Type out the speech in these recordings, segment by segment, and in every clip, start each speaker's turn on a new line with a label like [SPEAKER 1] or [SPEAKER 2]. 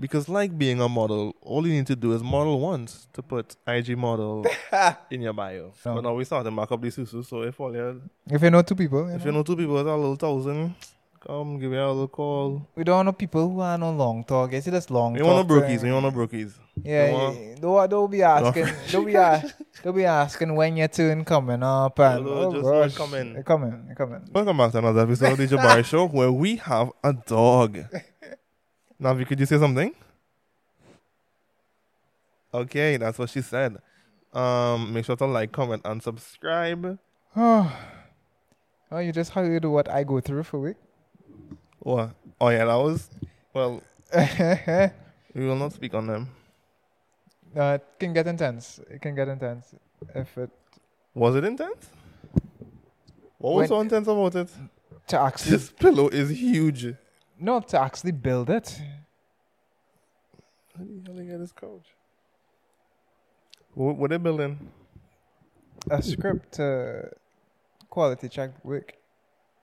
[SPEAKER 1] Because like being a model, all you need to do is model once to put IG model in your bio.
[SPEAKER 2] No.
[SPEAKER 1] But now we starting back up the susu, so if all you
[SPEAKER 2] If you know two people, you
[SPEAKER 1] if
[SPEAKER 2] know.
[SPEAKER 1] you know two people that are a little thousand, come give me a little call.
[SPEAKER 2] we don't know people who are no long talk. You see, that's long
[SPEAKER 1] We
[SPEAKER 2] talk.
[SPEAKER 1] want no brookies,
[SPEAKER 2] uh,
[SPEAKER 1] we want no brookies.
[SPEAKER 2] Yeah,
[SPEAKER 1] You
[SPEAKER 2] yeah,
[SPEAKER 1] want-
[SPEAKER 2] yeah. Don't, don't be asking. Don't be, a, don't be asking when your turn coming up. And,
[SPEAKER 1] Hello,
[SPEAKER 2] oh,
[SPEAKER 1] just one
[SPEAKER 2] gosh.
[SPEAKER 1] coming.
[SPEAKER 2] It coming. It coming.
[SPEAKER 1] Welcome back to another episode of the Jabari Show where we have a dog. Navi, could you say something? Okay, that's what she said. Um, make sure to like, comment, and subscribe.
[SPEAKER 2] Oh, oh, you just heard what I go through for a week.
[SPEAKER 1] What? Oh yeah, that was. Well,
[SPEAKER 2] uh,
[SPEAKER 1] we will not speak on them.
[SPEAKER 2] it can get intense. It can get intense. If it
[SPEAKER 1] Was it intense? What was
[SPEAKER 2] When-
[SPEAKER 1] so intense about it?
[SPEAKER 2] to actually
[SPEAKER 1] This pillow is huge. How
[SPEAKER 2] no to actually build it.
[SPEAKER 1] the hell they get this couch? What, what they building?
[SPEAKER 2] A script uh, quality check week.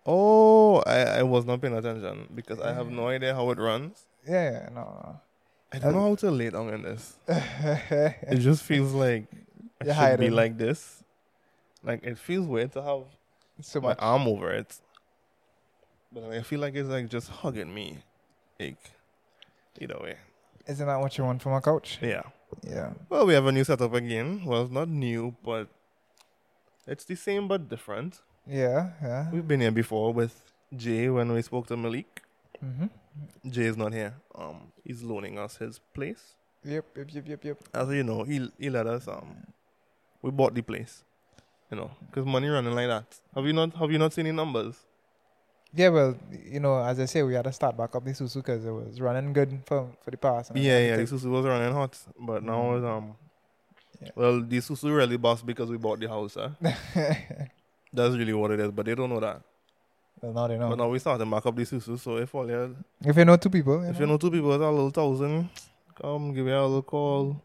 [SPEAKER 1] Oh, I, I was not paying attention because I have no idea how it runs.
[SPEAKER 2] Yeah, yeah, no.
[SPEAKER 1] I don't know how to lay down in this.
[SPEAKER 2] no.
[SPEAKER 1] It just feels like I
[SPEAKER 2] You're
[SPEAKER 1] should be
[SPEAKER 2] hiding.
[SPEAKER 1] like this. Like it feels weird to have
[SPEAKER 2] so
[SPEAKER 1] my
[SPEAKER 2] much.
[SPEAKER 1] arm over it, but I feel like it's like just hugging me. Like either way,
[SPEAKER 2] Isn't that what you want from a couch?
[SPEAKER 1] yeah.
[SPEAKER 2] Yeah.
[SPEAKER 1] Well, we have a new setup again. Well, it's not new, but it's the same but different.
[SPEAKER 2] Yeah. Yeah.
[SPEAKER 1] We've been here before with Jay when we spoke to Malik.
[SPEAKER 2] Mm-hmm.
[SPEAKER 1] Jay is not here. Um, he's loaning us his place.
[SPEAKER 2] Yep. Yep. Yep. Yep. Yep.
[SPEAKER 1] as you know, he he let us um, we bought the place, you know, because money running like that. Have you not have you not seen the numbers?
[SPEAKER 2] Yeah, well, you know, as I say, we had to start back up the Susu because it was running good for for the past. and
[SPEAKER 1] Yeah, yeah, the
[SPEAKER 2] everything.
[SPEAKER 1] susu was running hot, but now it's, um,
[SPEAKER 2] Mm. Yeah.
[SPEAKER 1] well, the susu really bust because we bought the house. Huh? That's really what it is, but they don't know that.
[SPEAKER 2] well, now they know.
[SPEAKER 1] But now we starting back up the susu, so if all you
[SPEAKER 2] If you know two people, you
[SPEAKER 1] if you
[SPEAKER 2] know,
[SPEAKER 1] know two people that are a little thousand, come give me a little call.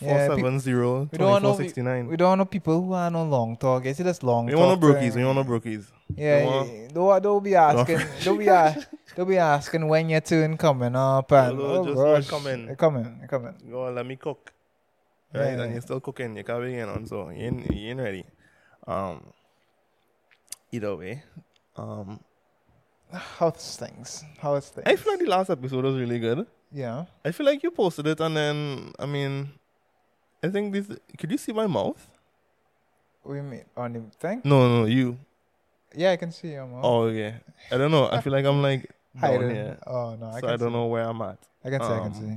[SPEAKER 2] Yeah, peop-
[SPEAKER 1] 470
[SPEAKER 2] we don't know
[SPEAKER 1] 2469.
[SPEAKER 2] we don't know people who are no long talk. You see, that's long.
[SPEAKER 1] We want
[SPEAKER 2] talk,
[SPEAKER 1] no brookies.
[SPEAKER 2] uh,
[SPEAKER 1] We want no brookies.
[SPEAKER 2] Yeah,
[SPEAKER 1] We
[SPEAKER 2] yeah,
[SPEAKER 1] want-
[SPEAKER 2] yeah. Don't, don't be asking. don't be a, don't be asking when your turn coming up and
[SPEAKER 1] Hello,
[SPEAKER 2] oh
[SPEAKER 1] just one
[SPEAKER 2] gosh,
[SPEAKER 1] coming.
[SPEAKER 2] it coming, it coming.
[SPEAKER 1] Go let me cook. Right?
[SPEAKER 2] Yeah.
[SPEAKER 1] And you're still cooking, you can't be in on so you ain't, you ain't ready. Um either way. Um
[SPEAKER 2] How's things? How's things?
[SPEAKER 1] I feel like the last episode was really good.
[SPEAKER 2] yeah.
[SPEAKER 1] I feel like you posted it and then I mean I think this could you see my mouth?
[SPEAKER 2] We meet on the thing.
[SPEAKER 1] No, no, you.
[SPEAKER 2] Yeah, I can see your mom.
[SPEAKER 1] Oh yeah. I don't know. I feel like I'm like down
[SPEAKER 2] hiding.
[SPEAKER 1] here.
[SPEAKER 2] Oh no, I
[SPEAKER 1] so
[SPEAKER 2] can
[SPEAKER 1] I don't
[SPEAKER 2] see.
[SPEAKER 1] know where I'm at.
[SPEAKER 2] I can see. I can
[SPEAKER 1] um,
[SPEAKER 2] see.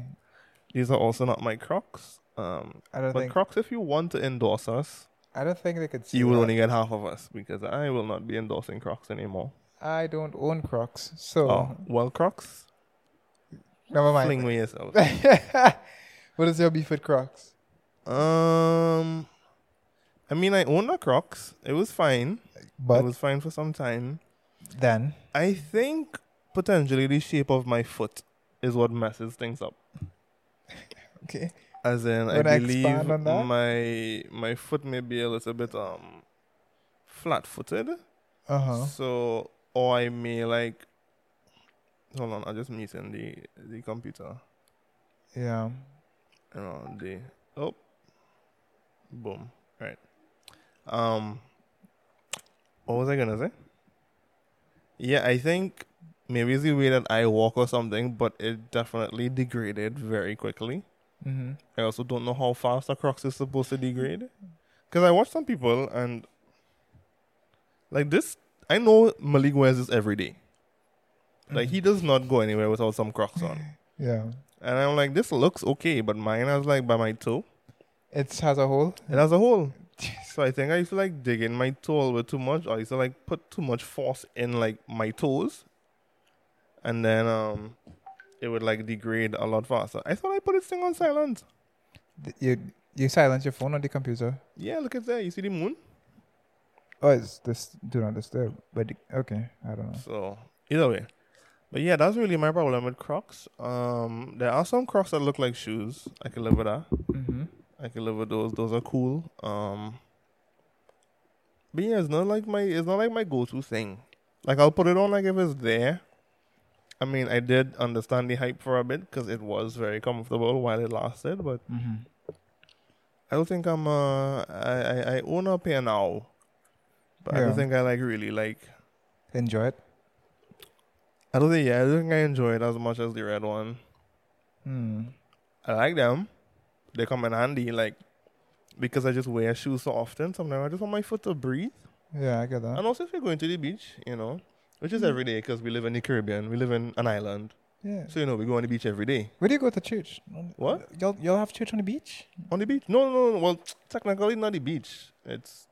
[SPEAKER 1] These are also not my crocs. Um
[SPEAKER 2] I don't
[SPEAKER 1] but
[SPEAKER 2] think.
[SPEAKER 1] crocs if you want to endorse us,
[SPEAKER 2] I don't think they could see.
[SPEAKER 1] you will
[SPEAKER 2] that.
[SPEAKER 1] only get half of us because I will not be endorsing crocs anymore.
[SPEAKER 2] I don't own Crocs, so
[SPEAKER 1] Oh, well, Crocs.
[SPEAKER 2] never
[SPEAKER 1] Fling
[SPEAKER 2] mind.
[SPEAKER 1] me yourself.
[SPEAKER 2] what is your beef with Crocs?
[SPEAKER 1] um, I mean, I own the Crocs. It was fine.
[SPEAKER 2] But
[SPEAKER 1] it was fine for some time.
[SPEAKER 2] then,
[SPEAKER 1] I think potentially the shape of my foot is what messes things up.
[SPEAKER 2] okay,
[SPEAKER 1] As in, I
[SPEAKER 2] Wanna
[SPEAKER 1] believe
[SPEAKER 2] expand on that?
[SPEAKER 1] my my foot may be a little bit um flat-footed.
[SPEAKER 2] uh huh.
[SPEAKER 1] So, or I may like. Hold on, I just muting the the computer.
[SPEAKER 2] Yeah,
[SPEAKER 1] you know, the oh, boom, right. Um, what was I gonna say? Yeah, I think maybe it's the way that I walk or something, but it definitely degraded very quickly.
[SPEAKER 2] mm-hmm.
[SPEAKER 1] I also don't know how fast a Crocs is supposed to degrade, because I watch some people and like this. I know Malik wears this every day. Like he does not go anywhere without some Crocs on,
[SPEAKER 2] yeah.
[SPEAKER 1] and I'm like, this looks okay, but mine has like by my toe.
[SPEAKER 2] It has a hole.
[SPEAKER 1] It has a hole. So I think I used to like dig in my toe a little bit too much. I used to like put too much force in like my toes. And then um it would like degrade a lot faster. I thought I put this thing on silent.
[SPEAKER 2] Th- You you silence your phone on the computer.
[SPEAKER 1] Yeah, look at that. You see the moon?
[SPEAKER 2] Oh, it's this do not disturb. But the- okay, I don't know.
[SPEAKER 1] So either way. But yeah, that's really my problem with Crocs. Um there are some Crocs that look like shoes. I can live with that.
[SPEAKER 2] Mm-hmm.
[SPEAKER 1] I can live with those. Those are cool. Um, but yeah, it's not like my it's not like my go to thing. Like I'll put it on like if it's there, I mean, I did understand the hype for a bit because it was very comfortable while it lasted, but
[SPEAKER 3] Mm-hmm.
[SPEAKER 1] I don't think I'm uh I I, I own up here now, but I
[SPEAKER 2] Yeah.
[SPEAKER 1] don't think I like really like.
[SPEAKER 2] Enjoy it.
[SPEAKER 1] I don't think yeah, I don't think I enjoy it as much as the red one.
[SPEAKER 2] Hmm.
[SPEAKER 1] I like them. They come in handy, like because I just wear shoes so often. Sometimes I just want my foot to breathe.
[SPEAKER 2] Yeah, I get that.
[SPEAKER 1] And also, if you're going to the beach, you know, which is
[SPEAKER 2] Hmm.
[SPEAKER 1] every day because we live in the Caribbean, we live in an island,
[SPEAKER 2] Yeah.
[SPEAKER 1] so you know we go on the beach every day.
[SPEAKER 2] Where do you go to church? On-
[SPEAKER 1] What?
[SPEAKER 2] Y'all y'all have church on the beach?
[SPEAKER 1] On the beach? No, no, no. Well, technically not the beach. It's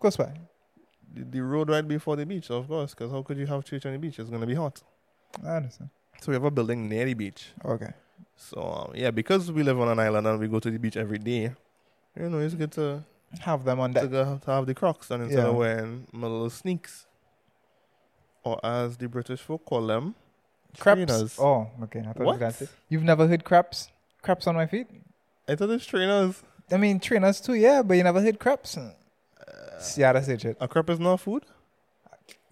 [SPEAKER 2] Close by.
[SPEAKER 1] the, the road right before the beach, of course, because how could you have church on the beach? It's gonna be hot.
[SPEAKER 2] I understand.
[SPEAKER 1] So we have a building near the beach.
[SPEAKER 2] Okay.
[SPEAKER 1] So um, yeah, because we live on an island and we go to the beach every day, you know, it's good to
[SPEAKER 2] Have them on
[SPEAKER 1] to,
[SPEAKER 2] deck.
[SPEAKER 1] go, to have the Crocs and instead
[SPEAKER 2] Yeah.
[SPEAKER 1] of wearing my little sneaks, or as the British folk call them,
[SPEAKER 2] Craps.
[SPEAKER 1] trainers.
[SPEAKER 2] Oh, okay. I thought you were
[SPEAKER 1] What?
[SPEAKER 2] gonna say- You've never heard craps? Craps on my feet?
[SPEAKER 1] I thought it's trainers.
[SPEAKER 2] I mean, trainers too, yeah, but you never heard craps?
[SPEAKER 1] Uh.
[SPEAKER 2] yeah, that's it.
[SPEAKER 1] A crepe is not food.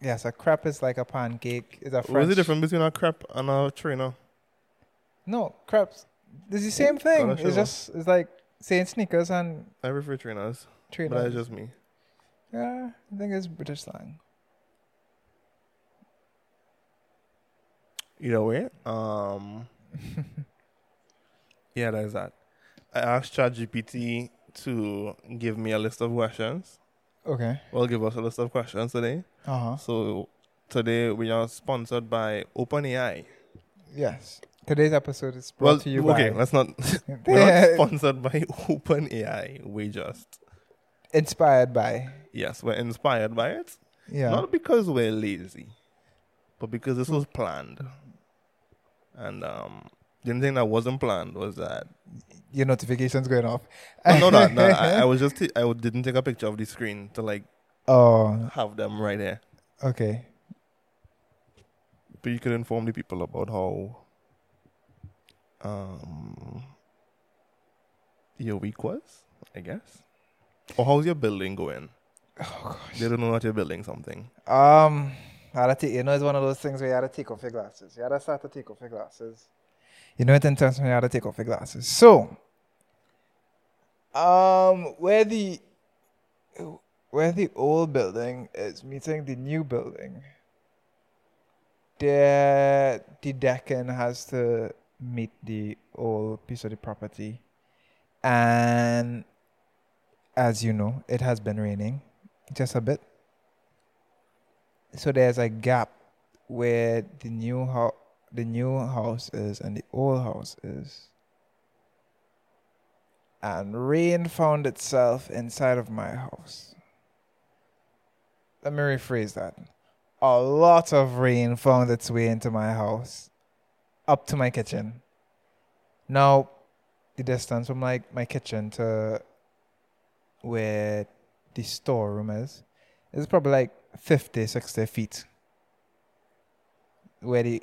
[SPEAKER 2] Yes, a crap is like a pancake. It's a French.
[SPEAKER 1] What is the difference between a crepe and a trainer?
[SPEAKER 2] No, craps. It's the same thing.
[SPEAKER 1] not sure.
[SPEAKER 2] It's just it's like saying sneakers and
[SPEAKER 1] I prefer trainers, but
[SPEAKER 2] trainers.
[SPEAKER 1] that's just me.
[SPEAKER 2] yeah, I think it's British slang.
[SPEAKER 1] Either way, um, yeah, that is that. I asked ChatGPT to give me a list of questions.
[SPEAKER 2] Okay.
[SPEAKER 1] Well, give us a list of questions today.
[SPEAKER 2] Uh huh.
[SPEAKER 1] So today we are sponsored by OpenAI.
[SPEAKER 2] Yes. Today's episode is brought
[SPEAKER 1] Well,
[SPEAKER 2] to you
[SPEAKER 1] okay,
[SPEAKER 2] by
[SPEAKER 1] let's not. We're not sponsored by OpenAI. We just
[SPEAKER 2] inspired by.
[SPEAKER 1] yes, we're inspired by it.
[SPEAKER 2] Yeah.
[SPEAKER 1] Not because we're lazy, but because this was planned. And um, the only thing that wasn't planned was that
[SPEAKER 2] Your notifications going off.
[SPEAKER 1] Oh, no, no, no. I, I was just t- I w- didn't take a picture of the screen to like
[SPEAKER 2] oh,
[SPEAKER 1] have them right there,
[SPEAKER 2] okay.
[SPEAKER 1] but you could inform the people about how um your week was, I guess, or how's your building going?
[SPEAKER 2] Oh
[SPEAKER 1] They don't know that you're building something.
[SPEAKER 2] gosh. Um, I had to, you know, it's one of those things where you had to take off your glasses. You had to start to take off your glasses. You know, it intense when you had to take off your glasses. So, um, where the where the old building is meeting the new building, there the Deccan has to meet the old piece of the property, and as you know, it has been raining just a bit. So there's a gap where the new house, the new house is, and the old house is. And rain found itself inside of my house. Let me rephrase that. A lot of rain found its way into my house, up to my kitchen. Now, the distance from like my kitchen to where the storeroom is it's probably like 50, 60 feet where the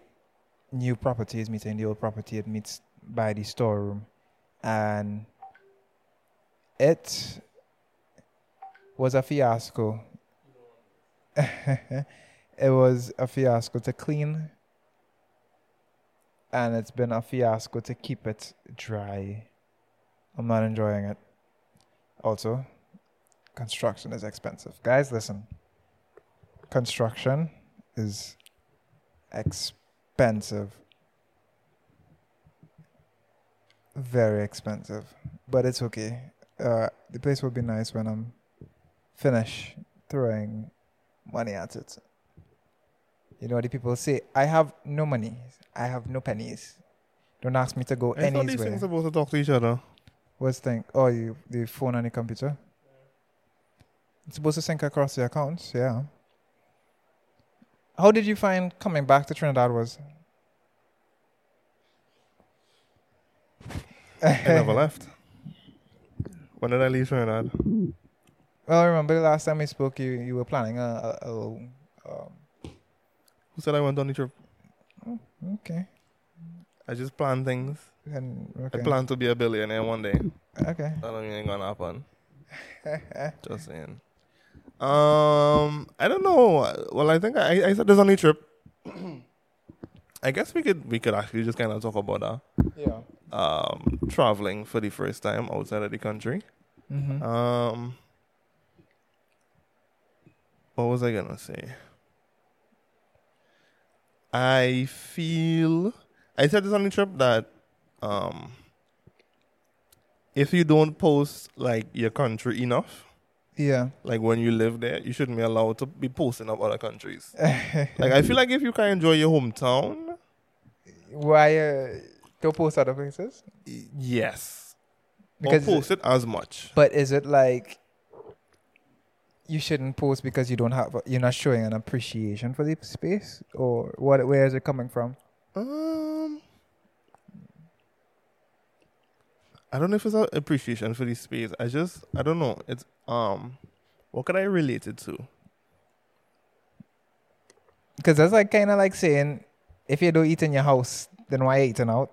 [SPEAKER 2] new property is meeting the old property. It meets by the storeroom. And it was a fiasco. it was a fiasco to clean. And it's been a fiasco to keep it dry. I'm not enjoying it. Also, construction is expensive. Guys, listen. Construction is expensive. Very expensive. But it's okay. Uh, the place will be nice when I'm finished throwing money at it. You know what the people say? I have no money. I have no pennies. Don't ask me to go
[SPEAKER 1] I thought these
[SPEAKER 2] anywhere.
[SPEAKER 1] things supposed to talk to each other.
[SPEAKER 2] What's thing? Oh, you the phone and the computer. It's supposed to sync across the accounts, yeah. How did you find coming back to Trinidad was?
[SPEAKER 1] I never left. When did I leave Trinidad?
[SPEAKER 2] Well, remember the last time we spoke, you you were planning a, a, a um,
[SPEAKER 1] Who said I went on the trip?
[SPEAKER 2] okay.
[SPEAKER 1] I just plan things.
[SPEAKER 2] And
[SPEAKER 1] I
[SPEAKER 2] okay.
[SPEAKER 1] plan to be a billionaire one day.
[SPEAKER 2] Okay.
[SPEAKER 1] That don't mean it ain't gonna happen. Just saying. Um, I don't know. Well, I think I, I said this on the trip. I guess we could we could actually just kind of talk about that.
[SPEAKER 2] Yeah.
[SPEAKER 1] Um, traveling for the first time outside of the country.
[SPEAKER 2] Mm-hmm.
[SPEAKER 1] Um, what was I gonna say? I feel I said this on the trip that um, if you don't post like your country enough,
[SPEAKER 2] yeah.
[SPEAKER 1] like when you live there, you shouldn't be allowed to be posting of other countries. like I feel like if you can enjoy your hometown,
[SPEAKER 2] Why uh, don't post other places?
[SPEAKER 1] y- yes,
[SPEAKER 2] Because-
[SPEAKER 1] or post it as much.
[SPEAKER 2] But is it like you shouldn't post because you don't have you're not showing an appreciation for the space or what? Where is it coming from?
[SPEAKER 1] Um, I don't know if it's a appreciation for this space. I just I don't know. It's um, what could I relate it to?
[SPEAKER 2] Because that's like kind of like saying if you don't eat in your house, then why eating out?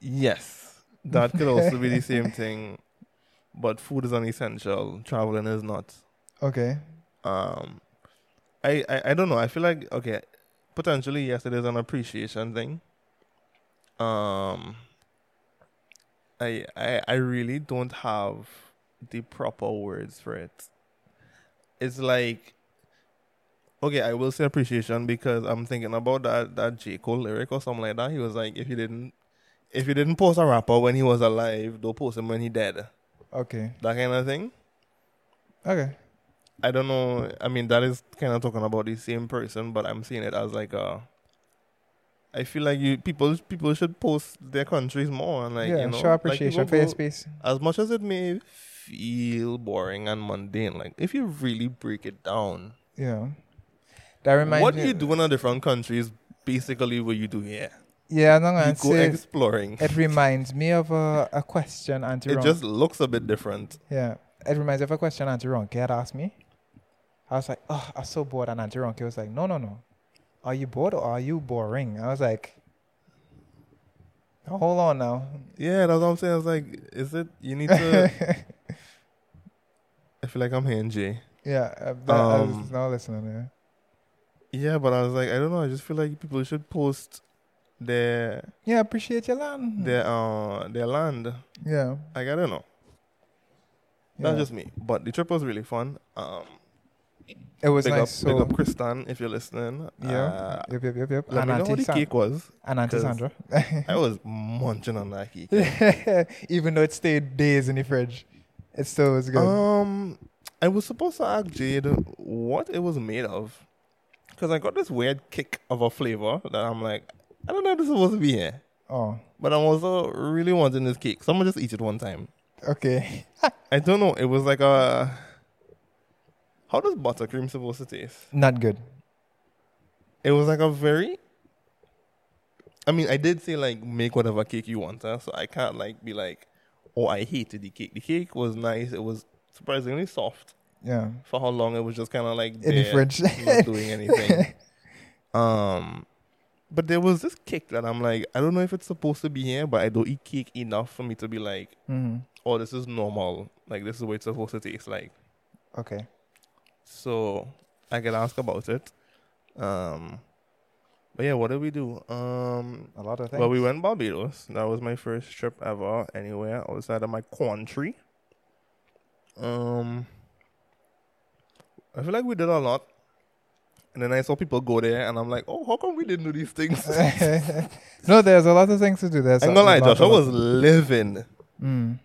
[SPEAKER 1] Yes, that could also be the same thing, but food is an essential. Traveling is not.
[SPEAKER 2] Okay.
[SPEAKER 1] Um, I I, I don't know. I feel like okay, potentially yes, it is an appreciation thing. Um. I, I I really don't have the proper words for it. It's like okay, I will say appreciation because I'm thinking about that that J. Cole lyric or something like that. He was like, if you didn't if you didn't post a rapper when he was alive, don't post him when he dead.
[SPEAKER 2] Okay.
[SPEAKER 1] That kind of thing.
[SPEAKER 2] Okay.
[SPEAKER 1] I don't know. I mean, that is kind of talking about the same person, but I'm seeing it as like a. I feel like you people people should post their countries more and like
[SPEAKER 2] yeah.
[SPEAKER 1] you know
[SPEAKER 2] show
[SPEAKER 1] like,
[SPEAKER 2] appreciation
[SPEAKER 1] people
[SPEAKER 2] for your
[SPEAKER 1] go-
[SPEAKER 2] space.
[SPEAKER 1] as much as it may feel boring and mundane. Like if you really break it down,
[SPEAKER 2] Yeah. That reminds
[SPEAKER 1] what
[SPEAKER 2] me.
[SPEAKER 1] you do in a different country is basically what you do here.
[SPEAKER 2] Yeah, no,
[SPEAKER 1] You
[SPEAKER 2] I'm
[SPEAKER 1] go
[SPEAKER 2] saying
[SPEAKER 1] exploring.
[SPEAKER 2] it reminds me of a, a question Auntie
[SPEAKER 1] It
[SPEAKER 2] Ron.
[SPEAKER 1] just looks a bit different.
[SPEAKER 2] yeah, it reminds me of a question Auntie Ronke had asked me. I was like, oh, I'm so bored. And Auntie Ronke was like, no, no, no. Are you bored or are you boring? I was like, hold on now.
[SPEAKER 1] Yeah, that's what I'm saying. I was like, is it you need to? I feel like I'm hearing Jay.
[SPEAKER 2] Yeah, uh, that, I
[SPEAKER 1] Um,
[SPEAKER 2] was now listening. Yeah.
[SPEAKER 1] Yeah, but I was like, I don't know. I just feel like people should post their
[SPEAKER 2] Yeah, appreciate your land.
[SPEAKER 1] their uh their land.
[SPEAKER 2] yeah.
[SPEAKER 1] Like I don't know.
[SPEAKER 2] yeah.
[SPEAKER 1] That's just me. But the trip was really fun. Um,
[SPEAKER 2] it was
[SPEAKER 1] big
[SPEAKER 2] nice.
[SPEAKER 1] up,
[SPEAKER 2] so,
[SPEAKER 1] big up, Kristen, if you're listening.
[SPEAKER 2] yeah.
[SPEAKER 1] Uh,
[SPEAKER 2] yep, yep, yep, yep.
[SPEAKER 1] let
[SPEAKER 2] And
[SPEAKER 1] me know how
[SPEAKER 2] Auntie,
[SPEAKER 1] the
[SPEAKER 2] San-
[SPEAKER 1] cake was.
[SPEAKER 2] and Auntie
[SPEAKER 1] 'cause-
[SPEAKER 2] Sandra.
[SPEAKER 1] I was munching on that cake.
[SPEAKER 2] Even though it stayed days in the fridge, it still was good.
[SPEAKER 1] Um, I was supposed to ask Jade what it was made of, because I got this weird kick of a flavor that I'm like, I don't know if this is supposed to be here,
[SPEAKER 2] oh,
[SPEAKER 1] but I'm also really wanting this cake. Someone just eat it one time.
[SPEAKER 2] okay.
[SPEAKER 1] I don't know. It was like a. How does buttercream supposed to taste?
[SPEAKER 2] Not good.
[SPEAKER 1] It was like a very. I mean, I did say like make whatever cake you want, huh? so I can't like be like, oh, I hated the cake. The cake was nice. It was surprisingly soft
[SPEAKER 2] Yeah.
[SPEAKER 1] for how long it was just kind of like
[SPEAKER 2] In the
[SPEAKER 1] there,
[SPEAKER 2] fridge.
[SPEAKER 1] not doing anything. um, but there was this cake that I'm like, I don't know if it's supposed to be here, but I don't eat cake enough for me to be like,
[SPEAKER 2] Mhm.
[SPEAKER 1] oh, this is normal. Like this is what it's supposed to taste like.
[SPEAKER 2] Okay.
[SPEAKER 1] So I can ask about it. Um, but yeah, what did we do? Um,
[SPEAKER 2] A lot of things.
[SPEAKER 1] well, we went Barbados. That was my first trip ever anywhere outside of my country. Um, I feel like we did a lot. And then I saw people go there, and I'm like, oh, how come we didn't do these things? I'm
[SPEAKER 2] no, there's a lot of things to do. There's
[SPEAKER 1] gonna
[SPEAKER 2] a
[SPEAKER 1] lie,
[SPEAKER 2] lot,
[SPEAKER 1] Josh,
[SPEAKER 2] a
[SPEAKER 1] I
[SPEAKER 2] lot.
[SPEAKER 1] was living.
[SPEAKER 2] Mm.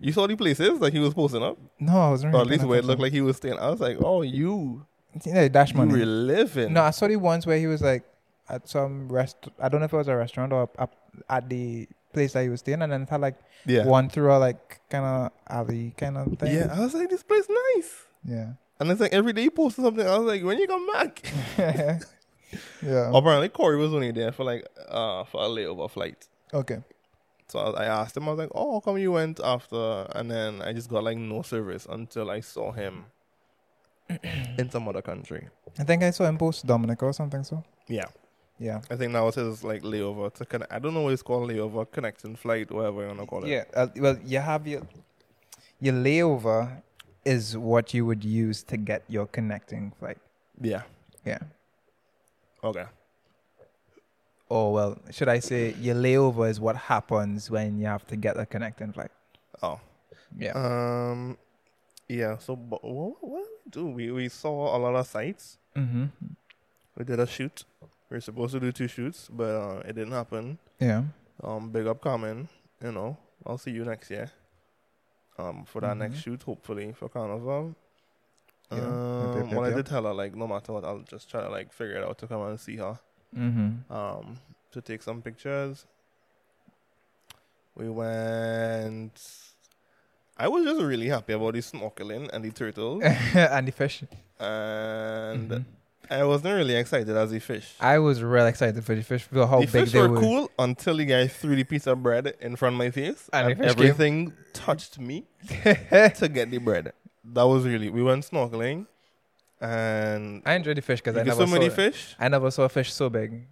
[SPEAKER 1] You saw the places that he was posting up,
[SPEAKER 2] No, I wasn't.
[SPEAKER 1] or
[SPEAKER 2] Really
[SPEAKER 1] at least
[SPEAKER 2] paying
[SPEAKER 1] where it looked
[SPEAKER 2] attention.
[SPEAKER 1] like he was staying. I was like, oh, you,
[SPEAKER 2] Yeah, dash
[SPEAKER 1] you
[SPEAKER 2] money.
[SPEAKER 1] were living.
[SPEAKER 2] No, I saw the ones where he was like at some rest. I don't know if it was a restaurant or up at the place that he was staying, and then it had like
[SPEAKER 1] yeah.
[SPEAKER 2] one through a like kind of alley kind of thing.
[SPEAKER 1] Yeah, I was like, this place nice.
[SPEAKER 2] Yeah.
[SPEAKER 1] And it's like every day he posted something. I was like, when you come back?
[SPEAKER 2] yeah.
[SPEAKER 1] Apparently, Corey was only there for like uh for a layover flight.
[SPEAKER 2] okay.
[SPEAKER 1] So I I asked him. I was like, oh, how come you went after? And then I just got like no service until I saw him in some other country.
[SPEAKER 2] I think I saw him post Dominica or something. So
[SPEAKER 1] Yeah,
[SPEAKER 2] yeah.
[SPEAKER 1] I think that was his like layover to connect. I don't know what it's called layover, connecting flight, whatever you wanna call it.
[SPEAKER 2] Yeah. Uh, well, you have your your layover is what you would use to get your connecting flight.
[SPEAKER 1] yeah,
[SPEAKER 2] Yeah.
[SPEAKER 1] okay.
[SPEAKER 2] or well, should I say your layover is what happens when you have to get the connecting flight.
[SPEAKER 1] Oh.
[SPEAKER 2] Yeah.
[SPEAKER 1] Um, yeah. So but what, what did we do? We we saw a lot of sites.
[SPEAKER 2] mm-hmm.
[SPEAKER 1] We did a shoot. We were supposed to do two shoots, but uh, it didn't happen.
[SPEAKER 2] Yeah.
[SPEAKER 1] Um, big up Carmen. You know, I'll see you next year. Um, for that next
[SPEAKER 2] Mhm.
[SPEAKER 1] shoot, hopefully for Carnival.
[SPEAKER 2] Yeah,
[SPEAKER 1] Um,
[SPEAKER 2] yep, yep, yep,
[SPEAKER 1] well, I
[SPEAKER 2] yep.
[SPEAKER 1] did tell her like no matter what, I'll just try to like figure it out to come and see her.
[SPEAKER 2] Mm-hmm.
[SPEAKER 1] um, to take some pictures. We went. I was just really happy about the snorkeling and the turtle,
[SPEAKER 2] and the fish.
[SPEAKER 1] and uh,
[SPEAKER 2] Mhm.
[SPEAKER 1] I wasn't really excited as a fish.
[SPEAKER 2] I was real excited for the fish because how
[SPEAKER 1] the
[SPEAKER 2] big
[SPEAKER 1] fish
[SPEAKER 2] they
[SPEAKER 1] were
[SPEAKER 2] were.
[SPEAKER 1] cool until the guy threw the piece of bread in front of my face,
[SPEAKER 2] And
[SPEAKER 1] and,
[SPEAKER 2] the fish came.
[SPEAKER 1] everything touched me to get the bread. That was really. We went snorkeling, and
[SPEAKER 2] I enjoyed the fish because I
[SPEAKER 1] you get
[SPEAKER 2] never
[SPEAKER 1] so
[SPEAKER 2] saw
[SPEAKER 1] many
[SPEAKER 2] it.
[SPEAKER 1] fish.
[SPEAKER 2] I never saw a fish so big.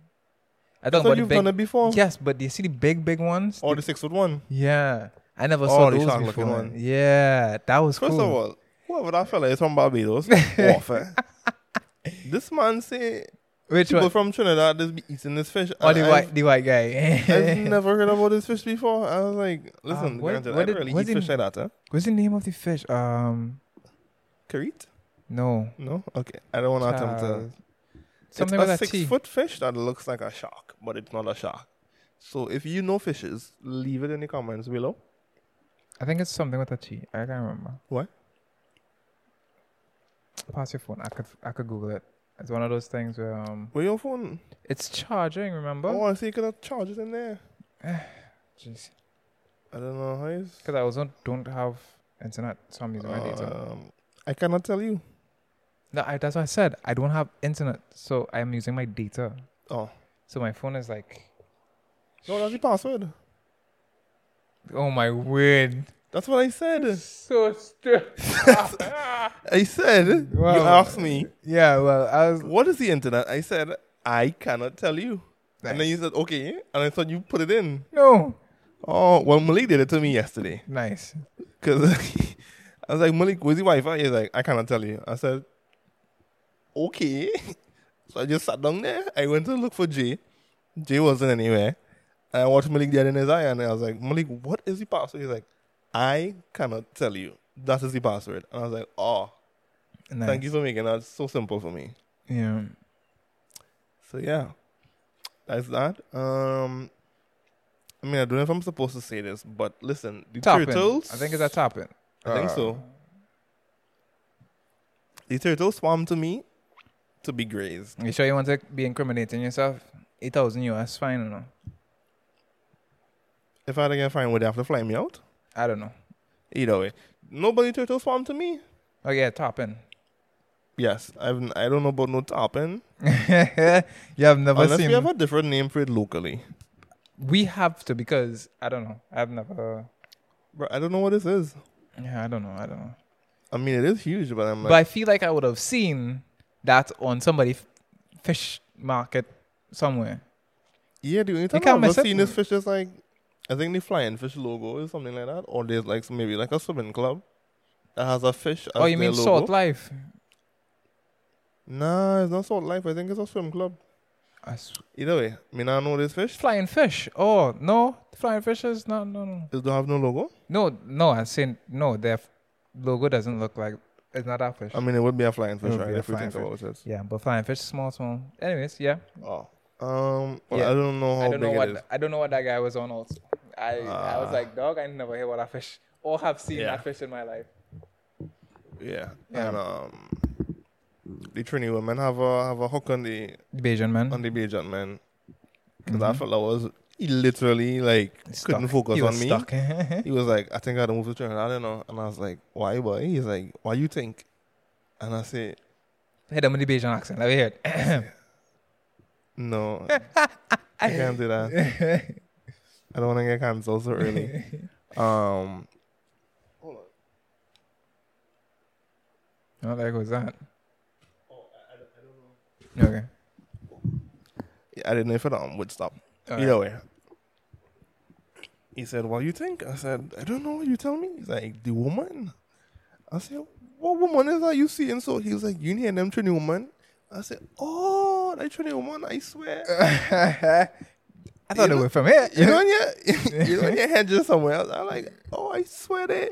[SPEAKER 2] I
[SPEAKER 1] I
[SPEAKER 2] don't
[SPEAKER 1] thought
[SPEAKER 2] about
[SPEAKER 1] you've
[SPEAKER 2] the
[SPEAKER 1] done
[SPEAKER 2] big.
[SPEAKER 1] it before,
[SPEAKER 2] Yes, but you see the big, big ones.
[SPEAKER 1] or
[SPEAKER 2] The-
[SPEAKER 1] Oh, the six foot one.
[SPEAKER 2] yeah, I never
[SPEAKER 1] Oh,
[SPEAKER 2] saw
[SPEAKER 1] the
[SPEAKER 2] those
[SPEAKER 1] shark-looking
[SPEAKER 2] before.
[SPEAKER 1] one.
[SPEAKER 2] Yeah, that was
[SPEAKER 1] First
[SPEAKER 2] cool.
[SPEAKER 1] of all, whoever that fella is from Barbados, off, eh? This man say
[SPEAKER 2] Which
[SPEAKER 1] people
[SPEAKER 2] one?
[SPEAKER 1] from Trinidad just be eating this fish.
[SPEAKER 2] Oh,
[SPEAKER 1] and
[SPEAKER 2] the
[SPEAKER 1] I've,
[SPEAKER 2] white, the white guy.
[SPEAKER 1] I've never heard about this fish before. I was like, listen,
[SPEAKER 2] Um, what-
[SPEAKER 1] granted,
[SPEAKER 2] what
[SPEAKER 1] I
[SPEAKER 2] did-
[SPEAKER 1] don't really
[SPEAKER 2] what
[SPEAKER 1] eat
[SPEAKER 2] did-
[SPEAKER 1] fish like that, eh?
[SPEAKER 2] What's the name of the fish? Um,
[SPEAKER 1] Karit?
[SPEAKER 2] no,
[SPEAKER 1] No? Okay. I don't want to attempt
[SPEAKER 2] Child.
[SPEAKER 1] to.
[SPEAKER 2] something
[SPEAKER 1] it's
[SPEAKER 2] with
[SPEAKER 1] a
[SPEAKER 2] a
[SPEAKER 1] six
[SPEAKER 2] T.
[SPEAKER 1] foot fish that looks like a shark, but it's not a shark. So if you know fishes, leave it in the comments below.
[SPEAKER 2] I think it's something with a T. I can't remember.
[SPEAKER 1] What?
[SPEAKER 2] Pass your phone. I could, I could Google it. It's one of those things where um,
[SPEAKER 1] Where your phone?
[SPEAKER 2] it's charging. Remember?
[SPEAKER 1] Oh, I see you could have charged it in there.
[SPEAKER 2] Jeez,
[SPEAKER 1] I don't know how it's.
[SPEAKER 2] because I also don't have internet, so I'm using my data.
[SPEAKER 1] Um, I cannot tell you.
[SPEAKER 2] No, I, that's what I said. I don't have internet, so I'm using my data.
[SPEAKER 1] Oh.
[SPEAKER 2] So my phone is like,
[SPEAKER 1] No, that's the password.
[SPEAKER 2] oh my word,
[SPEAKER 1] That's what I said.
[SPEAKER 2] so stupid.
[SPEAKER 1] I said, you
[SPEAKER 2] Wow.
[SPEAKER 1] asked me,
[SPEAKER 2] yeah, well, I was.
[SPEAKER 1] what is the internet? I said, I cannot tell you. And then you
[SPEAKER 2] Nice.
[SPEAKER 1] said, okay. And I thought you put it in.
[SPEAKER 2] No,
[SPEAKER 1] Oh, well, Malik did it to me yesterday.
[SPEAKER 2] nice.
[SPEAKER 1] Because I was like, Malik, where's the Wi Fi? He's like, I cannot tell you. I said, okay. So I just sat down there. I went to look for Jay. Jay wasn't anywhere. And I watched Malik dead in his eye. And I was like, Malik, what is the password? He's like, I cannot tell you. That is the password. And I was like, oh.
[SPEAKER 2] nice.
[SPEAKER 1] Thank you for making that so simple for me.
[SPEAKER 2] Yeah.
[SPEAKER 1] So yeah, that's that. Um, I mean, I don't know if I'm supposed to say this, but listen, the
[SPEAKER 2] Topping.
[SPEAKER 1] turtles.
[SPEAKER 2] I think it's a topping.
[SPEAKER 1] I
[SPEAKER 2] Uh,
[SPEAKER 1] think so. Uh. The turtles swam to me to be grazed.
[SPEAKER 2] You sure you want to be incriminating yourself? 8,000 US, fine or no?
[SPEAKER 1] If I had to get fine, would they have to fly me out?
[SPEAKER 2] I don't know.
[SPEAKER 1] Either way, nobody turtle swam to me.
[SPEAKER 2] Oh, yeah, topping.
[SPEAKER 1] Yes, I've n- I don't know about no tarpon.
[SPEAKER 2] you have never
[SPEAKER 1] Unless
[SPEAKER 2] seen.
[SPEAKER 1] we have a different name for it locally.
[SPEAKER 2] we have to because I don't know. I've never.
[SPEAKER 1] Bro, I don't know what this is.
[SPEAKER 2] Yeah, I don't know. I don't know.
[SPEAKER 1] I mean, it is huge, but I'm
[SPEAKER 2] but
[SPEAKER 1] like,
[SPEAKER 2] I feel like I would have seen that on somebody f- fish market somewhere.
[SPEAKER 1] yeah, the only time
[SPEAKER 2] can't
[SPEAKER 1] I've ever
[SPEAKER 2] mess up
[SPEAKER 1] seen
[SPEAKER 2] with
[SPEAKER 1] this fish is like, I think the flying fish logo is something like that, or there's like s- maybe like a swimming club that has a fish. As
[SPEAKER 2] oh, you
[SPEAKER 1] their
[SPEAKER 2] mean
[SPEAKER 1] logo.
[SPEAKER 2] Salt Life?
[SPEAKER 1] Nah, it's not salt life. I think it's a swim club.
[SPEAKER 2] I sw-
[SPEAKER 1] Either way, me now know this fish.
[SPEAKER 2] flying fish? Oh no, flying fishes? No, no, no,
[SPEAKER 1] It don't have no logo.
[SPEAKER 2] no, no. I saying no. Their f- logo doesn't look like it's not that fish.
[SPEAKER 1] I mean, it would be a flying
[SPEAKER 2] It
[SPEAKER 1] fish,
[SPEAKER 2] would
[SPEAKER 1] right?
[SPEAKER 2] be a
[SPEAKER 1] If we
[SPEAKER 2] flying
[SPEAKER 1] think about it.
[SPEAKER 2] yeah, but flying fish, small, small. Anyways, yeah.
[SPEAKER 1] Oh. Um. Well,
[SPEAKER 2] Yeah.
[SPEAKER 1] I don't know how
[SPEAKER 2] I don't know
[SPEAKER 1] big
[SPEAKER 2] what
[SPEAKER 1] it is.
[SPEAKER 2] I don't know what that guy was on. Also, I I
[SPEAKER 1] Ah.
[SPEAKER 2] was like, dog, I never hear what a fish or have seen
[SPEAKER 1] Yeah.
[SPEAKER 2] that fish in my life.
[SPEAKER 1] Yeah.
[SPEAKER 2] Yeah.
[SPEAKER 1] And um, the Trini women have a have a hook on the
[SPEAKER 2] Bayesian man.
[SPEAKER 1] on the Bajan man. because
[SPEAKER 2] Mhm.
[SPEAKER 1] that fella was he literally like couldn't
[SPEAKER 2] Stuck.
[SPEAKER 1] focus
[SPEAKER 2] He
[SPEAKER 1] on
[SPEAKER 2] was
[SPEAKER 1] me.
[SPEAKER 2] stuck.
[SPEAKER 1] He was like, I think I had to move to Trinidad, I don't know. And I was like, Why, boy? He's like, Why you think? And I said,
[SPEAKER 2] Hit him with the Bayesian accent. Let me hear it.
[SPEAKER 1] No, I can't do that. I don't want to get canceled so early. Um,
[SPEAKER 2] Oh, there goes that. Okay.
[SPEAKER 1] yeah, I didn't know if it um, would stop.
[SPEAKER 2] All
[SPEAKER 1] Either
[SPEAKER 2] right.
[SPEAKER 1] way, he said, "What you think?" I said, "I don't know what you tell me." He's like, "The woman." I said, "What woman is that you seeing?" So he was like, "You hear them Trini woman?" I said, "Oh." Lord, I 21, I swear.
[SPEAKER 2] I thought
[SPEAKER 1] You
[SPEAKER 2] it
[SPEAKER 1] know-
[SPEAKER 2] was from here.
[SPEAKER 1] you know, in your, you know, in your head just somewhere else. I'm like, oh, I swear they.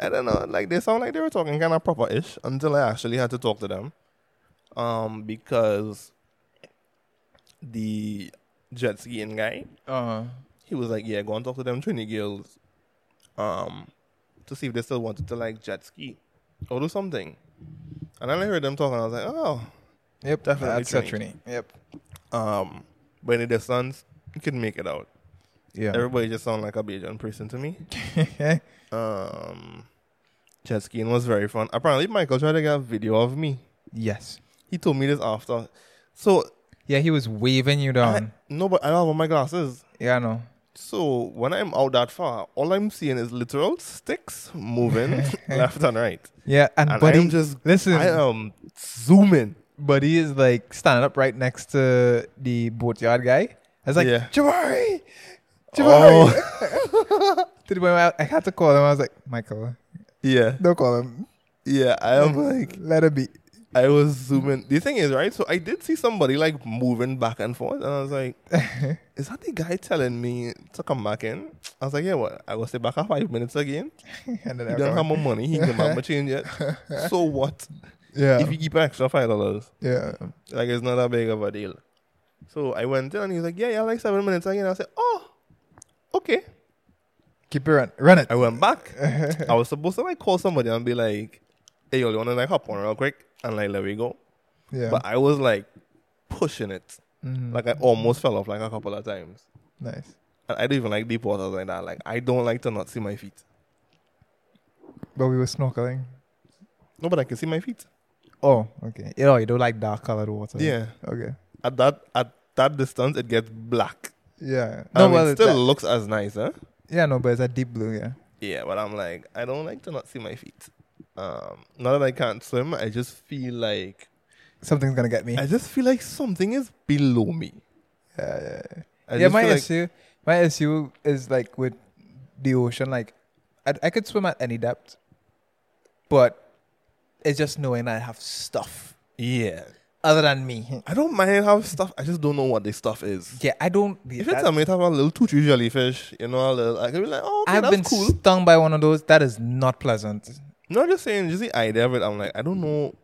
[SPEAKER 1] I don't know. Like they sound like they were talking kind of proper-ish until I actually had to talk to them, um, because the jet skiing guy,
[SPEAKER 2] Uh,
[SPEAKER 1] he was like, yeah, go and talk to them Trini girls, um, to see if they still wanted to like jet ski or do something. And then I heard them talking. I was like, oh,
[SPEAKER 2] yep,
[SPEAKER 1] Definitely
[SPEAKER 2] That's a
[SPEAKER 1] Trini.
[SPEAKER 2] Trini. Yep.
[SPEAKER 1] um, but in their sons, you can make it out.
[SPEAKER 2] Yeah.
[SPEAKER 1] Everybody just sound like a Bajan person to me. Um, jet skiing was very fun. Apparently, Michael tried to get a video of me.
[SPEAKER 2] yes.
[SPEAKER 1] He told me this after. So,
[SPEAKER 2] Yeah, he was waving you
[SPEAKER 1] I-
[SPEAKER 2] down.
[SPEAKER 1] no, but I don't have my glasses.
[SPEAKER 2] yeah, I know.
[SPEAKER 1] So, when I'm out that far, all I'm seeing is literal sticks moving left and right.
[SPEAKER 2] Yeah, and,
[SPEAKER 1] And
[SPEAKER 2] buddy,
[SPEAKER 1] I'm just,
[SPEAKER 2] listen,
[SPEAKER 1] I uh, am zooming.
[SPEAKER 2] buddy is like standing up right next to the boatyard guy. I was like,
[SPEAKER 1] Yeah.
[SPEAKER 2] Jabari, Jabari.
[SPEAKER 1] Oh,
[SPEAKER 2] To the point where I I had to call him. I was like, Michael,
[SPEAKER 1] yeah.
[SPEAKER 2] don't call him.
[SPEAKER 1] Yeah, I am like,
[SPEAKER 2] let it be.
[SPEAKER 1] I was zooming. The thing is, right? So I did see somebody like moving back and forth, and I was like, "Is that the guy telling me to come back in?" I was like, "Yeah, what? I will stay back for five minutes again.
[SPEAKER 2] and then
[SPEAKER 1] He
[SPEAKER 2] I
[SPEAKER 1] don't have
[SPEAKER 2] called him.
[SPEAKER 1] my money. He can have my change yet. So what?
[SPEAKER 2] Yeah,
[SPEAKER 1] If you keep an extra five dollars,
[SPEAKER 2] yeah.
[SPEAKER 1] like it's not that big of a deal." So I went in, and he was like, "Yeah, yeah, like seven minutes again." I said, "Oh, okay."
[SPEAKER 2] Keep it run, run it.
[SPEAKER 1] I went back. I was supposed to like call somebody and be like, "Hey, yo, you wanna like hop on real quick?" And like, let we go.
[SPEAKER 2] Yeah,
[SPEAKER 1] But I was like pushing it.
[SPEAKER 2] Mhm.
[SPEAKER 1] Like I almost fell off like a couple of times.
[SPEAKER 2] nice.
[SPEAKER 1] And I don't even like deep waters like that. Like I don't like to not see my feet.
[SPEAKER 2] But we were snorkeling.
[SPEAKER 1] No, but I can see my feet.
[SPEAKER 2] Oh, okay. You know, you don't like dark colored water.
[SPEAKER 1] Yeah.
[SPEAKER 2] Okay.
[SPEAKER 1] At that at that distance it gets black.
[SPEAKER 2] Yeah.
[SPEAKER 1] No, I mean,
[SPEAKER 2] well,
[SPEAKER 1] it
[SPEAKER 2] it's
[SPEAKER 1] still
[SPEAKER 2] that-
[SPEAKER 1] looks as nice, huh?
[SPEAKER 2] yeah, no, but it's a deep blue. Yeah.
[SPEAKER 1] Yeah, but I'm like, I don't like to not see my feet. Um not that I can't swim, I just feel like
[SPEAKER 2] Something's gonna get me.
[SPEAKER 1] I just feel like something is below me.
[SPEAKER 2] yeah, yeah, yeah.
[SPEAKER 1] I
[SPEAKER 2] yeah
[SPEAKER 1] just
[SPEAKER 2] my
[SPEAKER 1] feel like-
[SPEAKER 2] issue, my issue is like with the ocean. Like, I, I could swim at any depth, but it's just knowing I have stuff
[SPEAKER 1] Yeah.
[SPEAKER 2] other than me.
[SPEAKER 1] I don't mind how stuff I just don't know what this stuff is.
[SPEAKER 2] Yeah, I don't.
[SPEAKER 1] If you
[SPEAKER 2] that-
[SPEAKER 1] tell me to have a little two three jellyfish, you know, a little, I can be like, oh, okay,
[SPEAKER 2] I've
[SPEAKER 1] that's
[SPEAKER 2] been
[SPEAKER 1] cool.
[SPEAKER 2] stung by one of those. That is not pleasant.
[SPEAKER 1] No, just saying, just the idea of it. I'm like, I don't know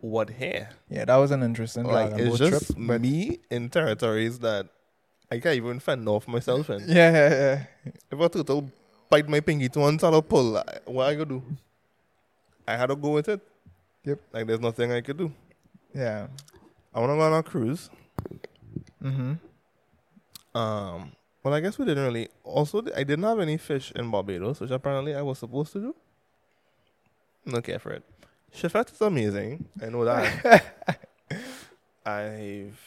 [SPEAKER 1] what hair.
[SPEAKER 2] Yeah, that was an interesting
[SPEAKER 1] Like,
[SPEAKER 2] like,
[SPEAKER 1] it's
[SPEAKER 2] boat
[SPEAKER 1] just
[SPEAKER 2] trip. But
[SPEAKER 1] me in territories that I can't even fend off myself in.
[SPEAKER 2] yeah, yeah, yeah.
[SPEAKER 1] If I total bite my pinky to one side or pull, I- what I could do? I had to go with it.
[SPEAKER 2] Yep.
[SPEAKER 1] Like, there's nothing I could do.
[SPEAKER 2] Yeah.
[SPEAKER 1] I want to go on a cruise.
[SPEAKER 2] Mm-hmm.
[SPEAKER 1] Um, well, I guess we didn't really. Also, I didn't have any fish in Barbados, which apparently I was supposed to do. No care for it. Chefette is amazing. I know that. I've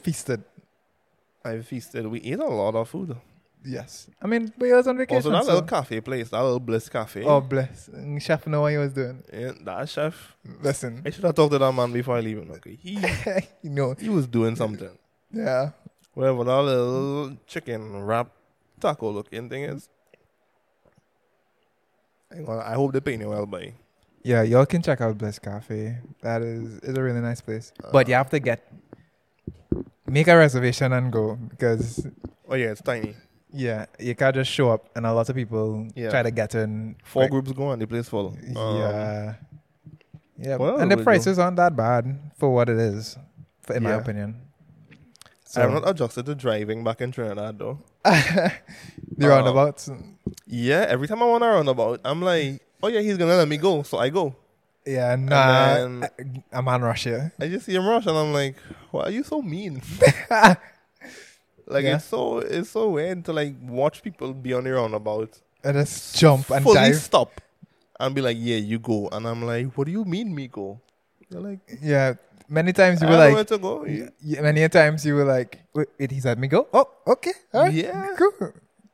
[SPEAKER 2] Feasted.
[SPEAKER 1] I've feasted. We ate a lot of food.
[SPEAKER 2] Yes. I mean, but he was on
[SPEAKER 1] Also,
[SPEAKER 2] vacation.
[SPEAKER 1] that
[SPEAKER 2] so-
[SPEAKER 1] little eh? cafe place, that little Bliss Cafe.
[SPEAKER 2] oh, bless. Mm, Chef know what he was doing.
[SPEAKER 1] yeah, that chef.
[SPEAKER 2] Listen.
[SPEAKER 1] I should have talked to that man before I leave. him. Okay, he
[SPEAKER 2] you know.
[SPEAKER 1] he was doing something.
[SPEAKER 2] Yeah.
[SPEAKER 1] Whatever that little chicken wrap taco looking thing is. Hang on, I hope they pay me well, buddy.
[SPEAKER 2] Yeah, y'all can check out Bliss Cafe. That is is a really nice place. but you have to get make a reservation and go because
[SPEAKER 1] Oh yeah, it's tiny.
[SPEAKER 2] yeah, you can't just show up and a lot of people
[SPEAKER 1] Yeah.
[SPEAKER 2] try to get in.
[SPEAKER 1] Four
[SPEAKER 2] quick.
[SPEAKER 1] groups go and the place full. Um,
[SPEAKER 2] yeah. Yeah.
[SPEAKER 1] well,
[SPEAKER 2] and the
[SPEAKER 1] we do.
[SPEAKER 2] prices aren't that bad for what it is, for, in my
[SPEAKER 1] Yeah.
[SPEAKER 2] opinion.
[SPEAKER 1] I'm not adjusted to driving back in Trinidad though.
[SPEAKER 2] the
[SPEAKER 1] uh,
[SPEAKER 2] roundabouts.
[SPEAKER 1] Yeah, every time I want to run about, I'm like, oh yeah, he's gonna let me go, so I go.
[SPEAKER 2] Yeah, nah.
[SPEAKER 1] and
[SPEAKER 2] I, I'm on Russia.
[SPEAKER 1] I just see him rush, and I'm like, why are you so mean? like
[SPEAKER 2] Yeah.
[SPEAKER 1] it's so it's so weird to like watch people be on the roundabout,
[SPEAKER 2] And just jump and
[SPEAKER 1] fully
[SPEAKER 2] dive.
[SPEAKER 1] stop, and be like, yeah, you go, and I'm like, what do you mean me go? They're like,
[SPEAKER 2] Yeah. Many times
[SPEAKER 1] I don't
[SPEAKER 2] you were
[SPEAKER 1] know
[SPEAKER 2] like,
[SPEAKER 1] where to go.
[SPEAKER 2] Y- y- many a times you were like, wait, wait he's at me go. Oh, okay. All right.
[SPEAKER 1] Yeah.
[SPEAKER 2] Cool.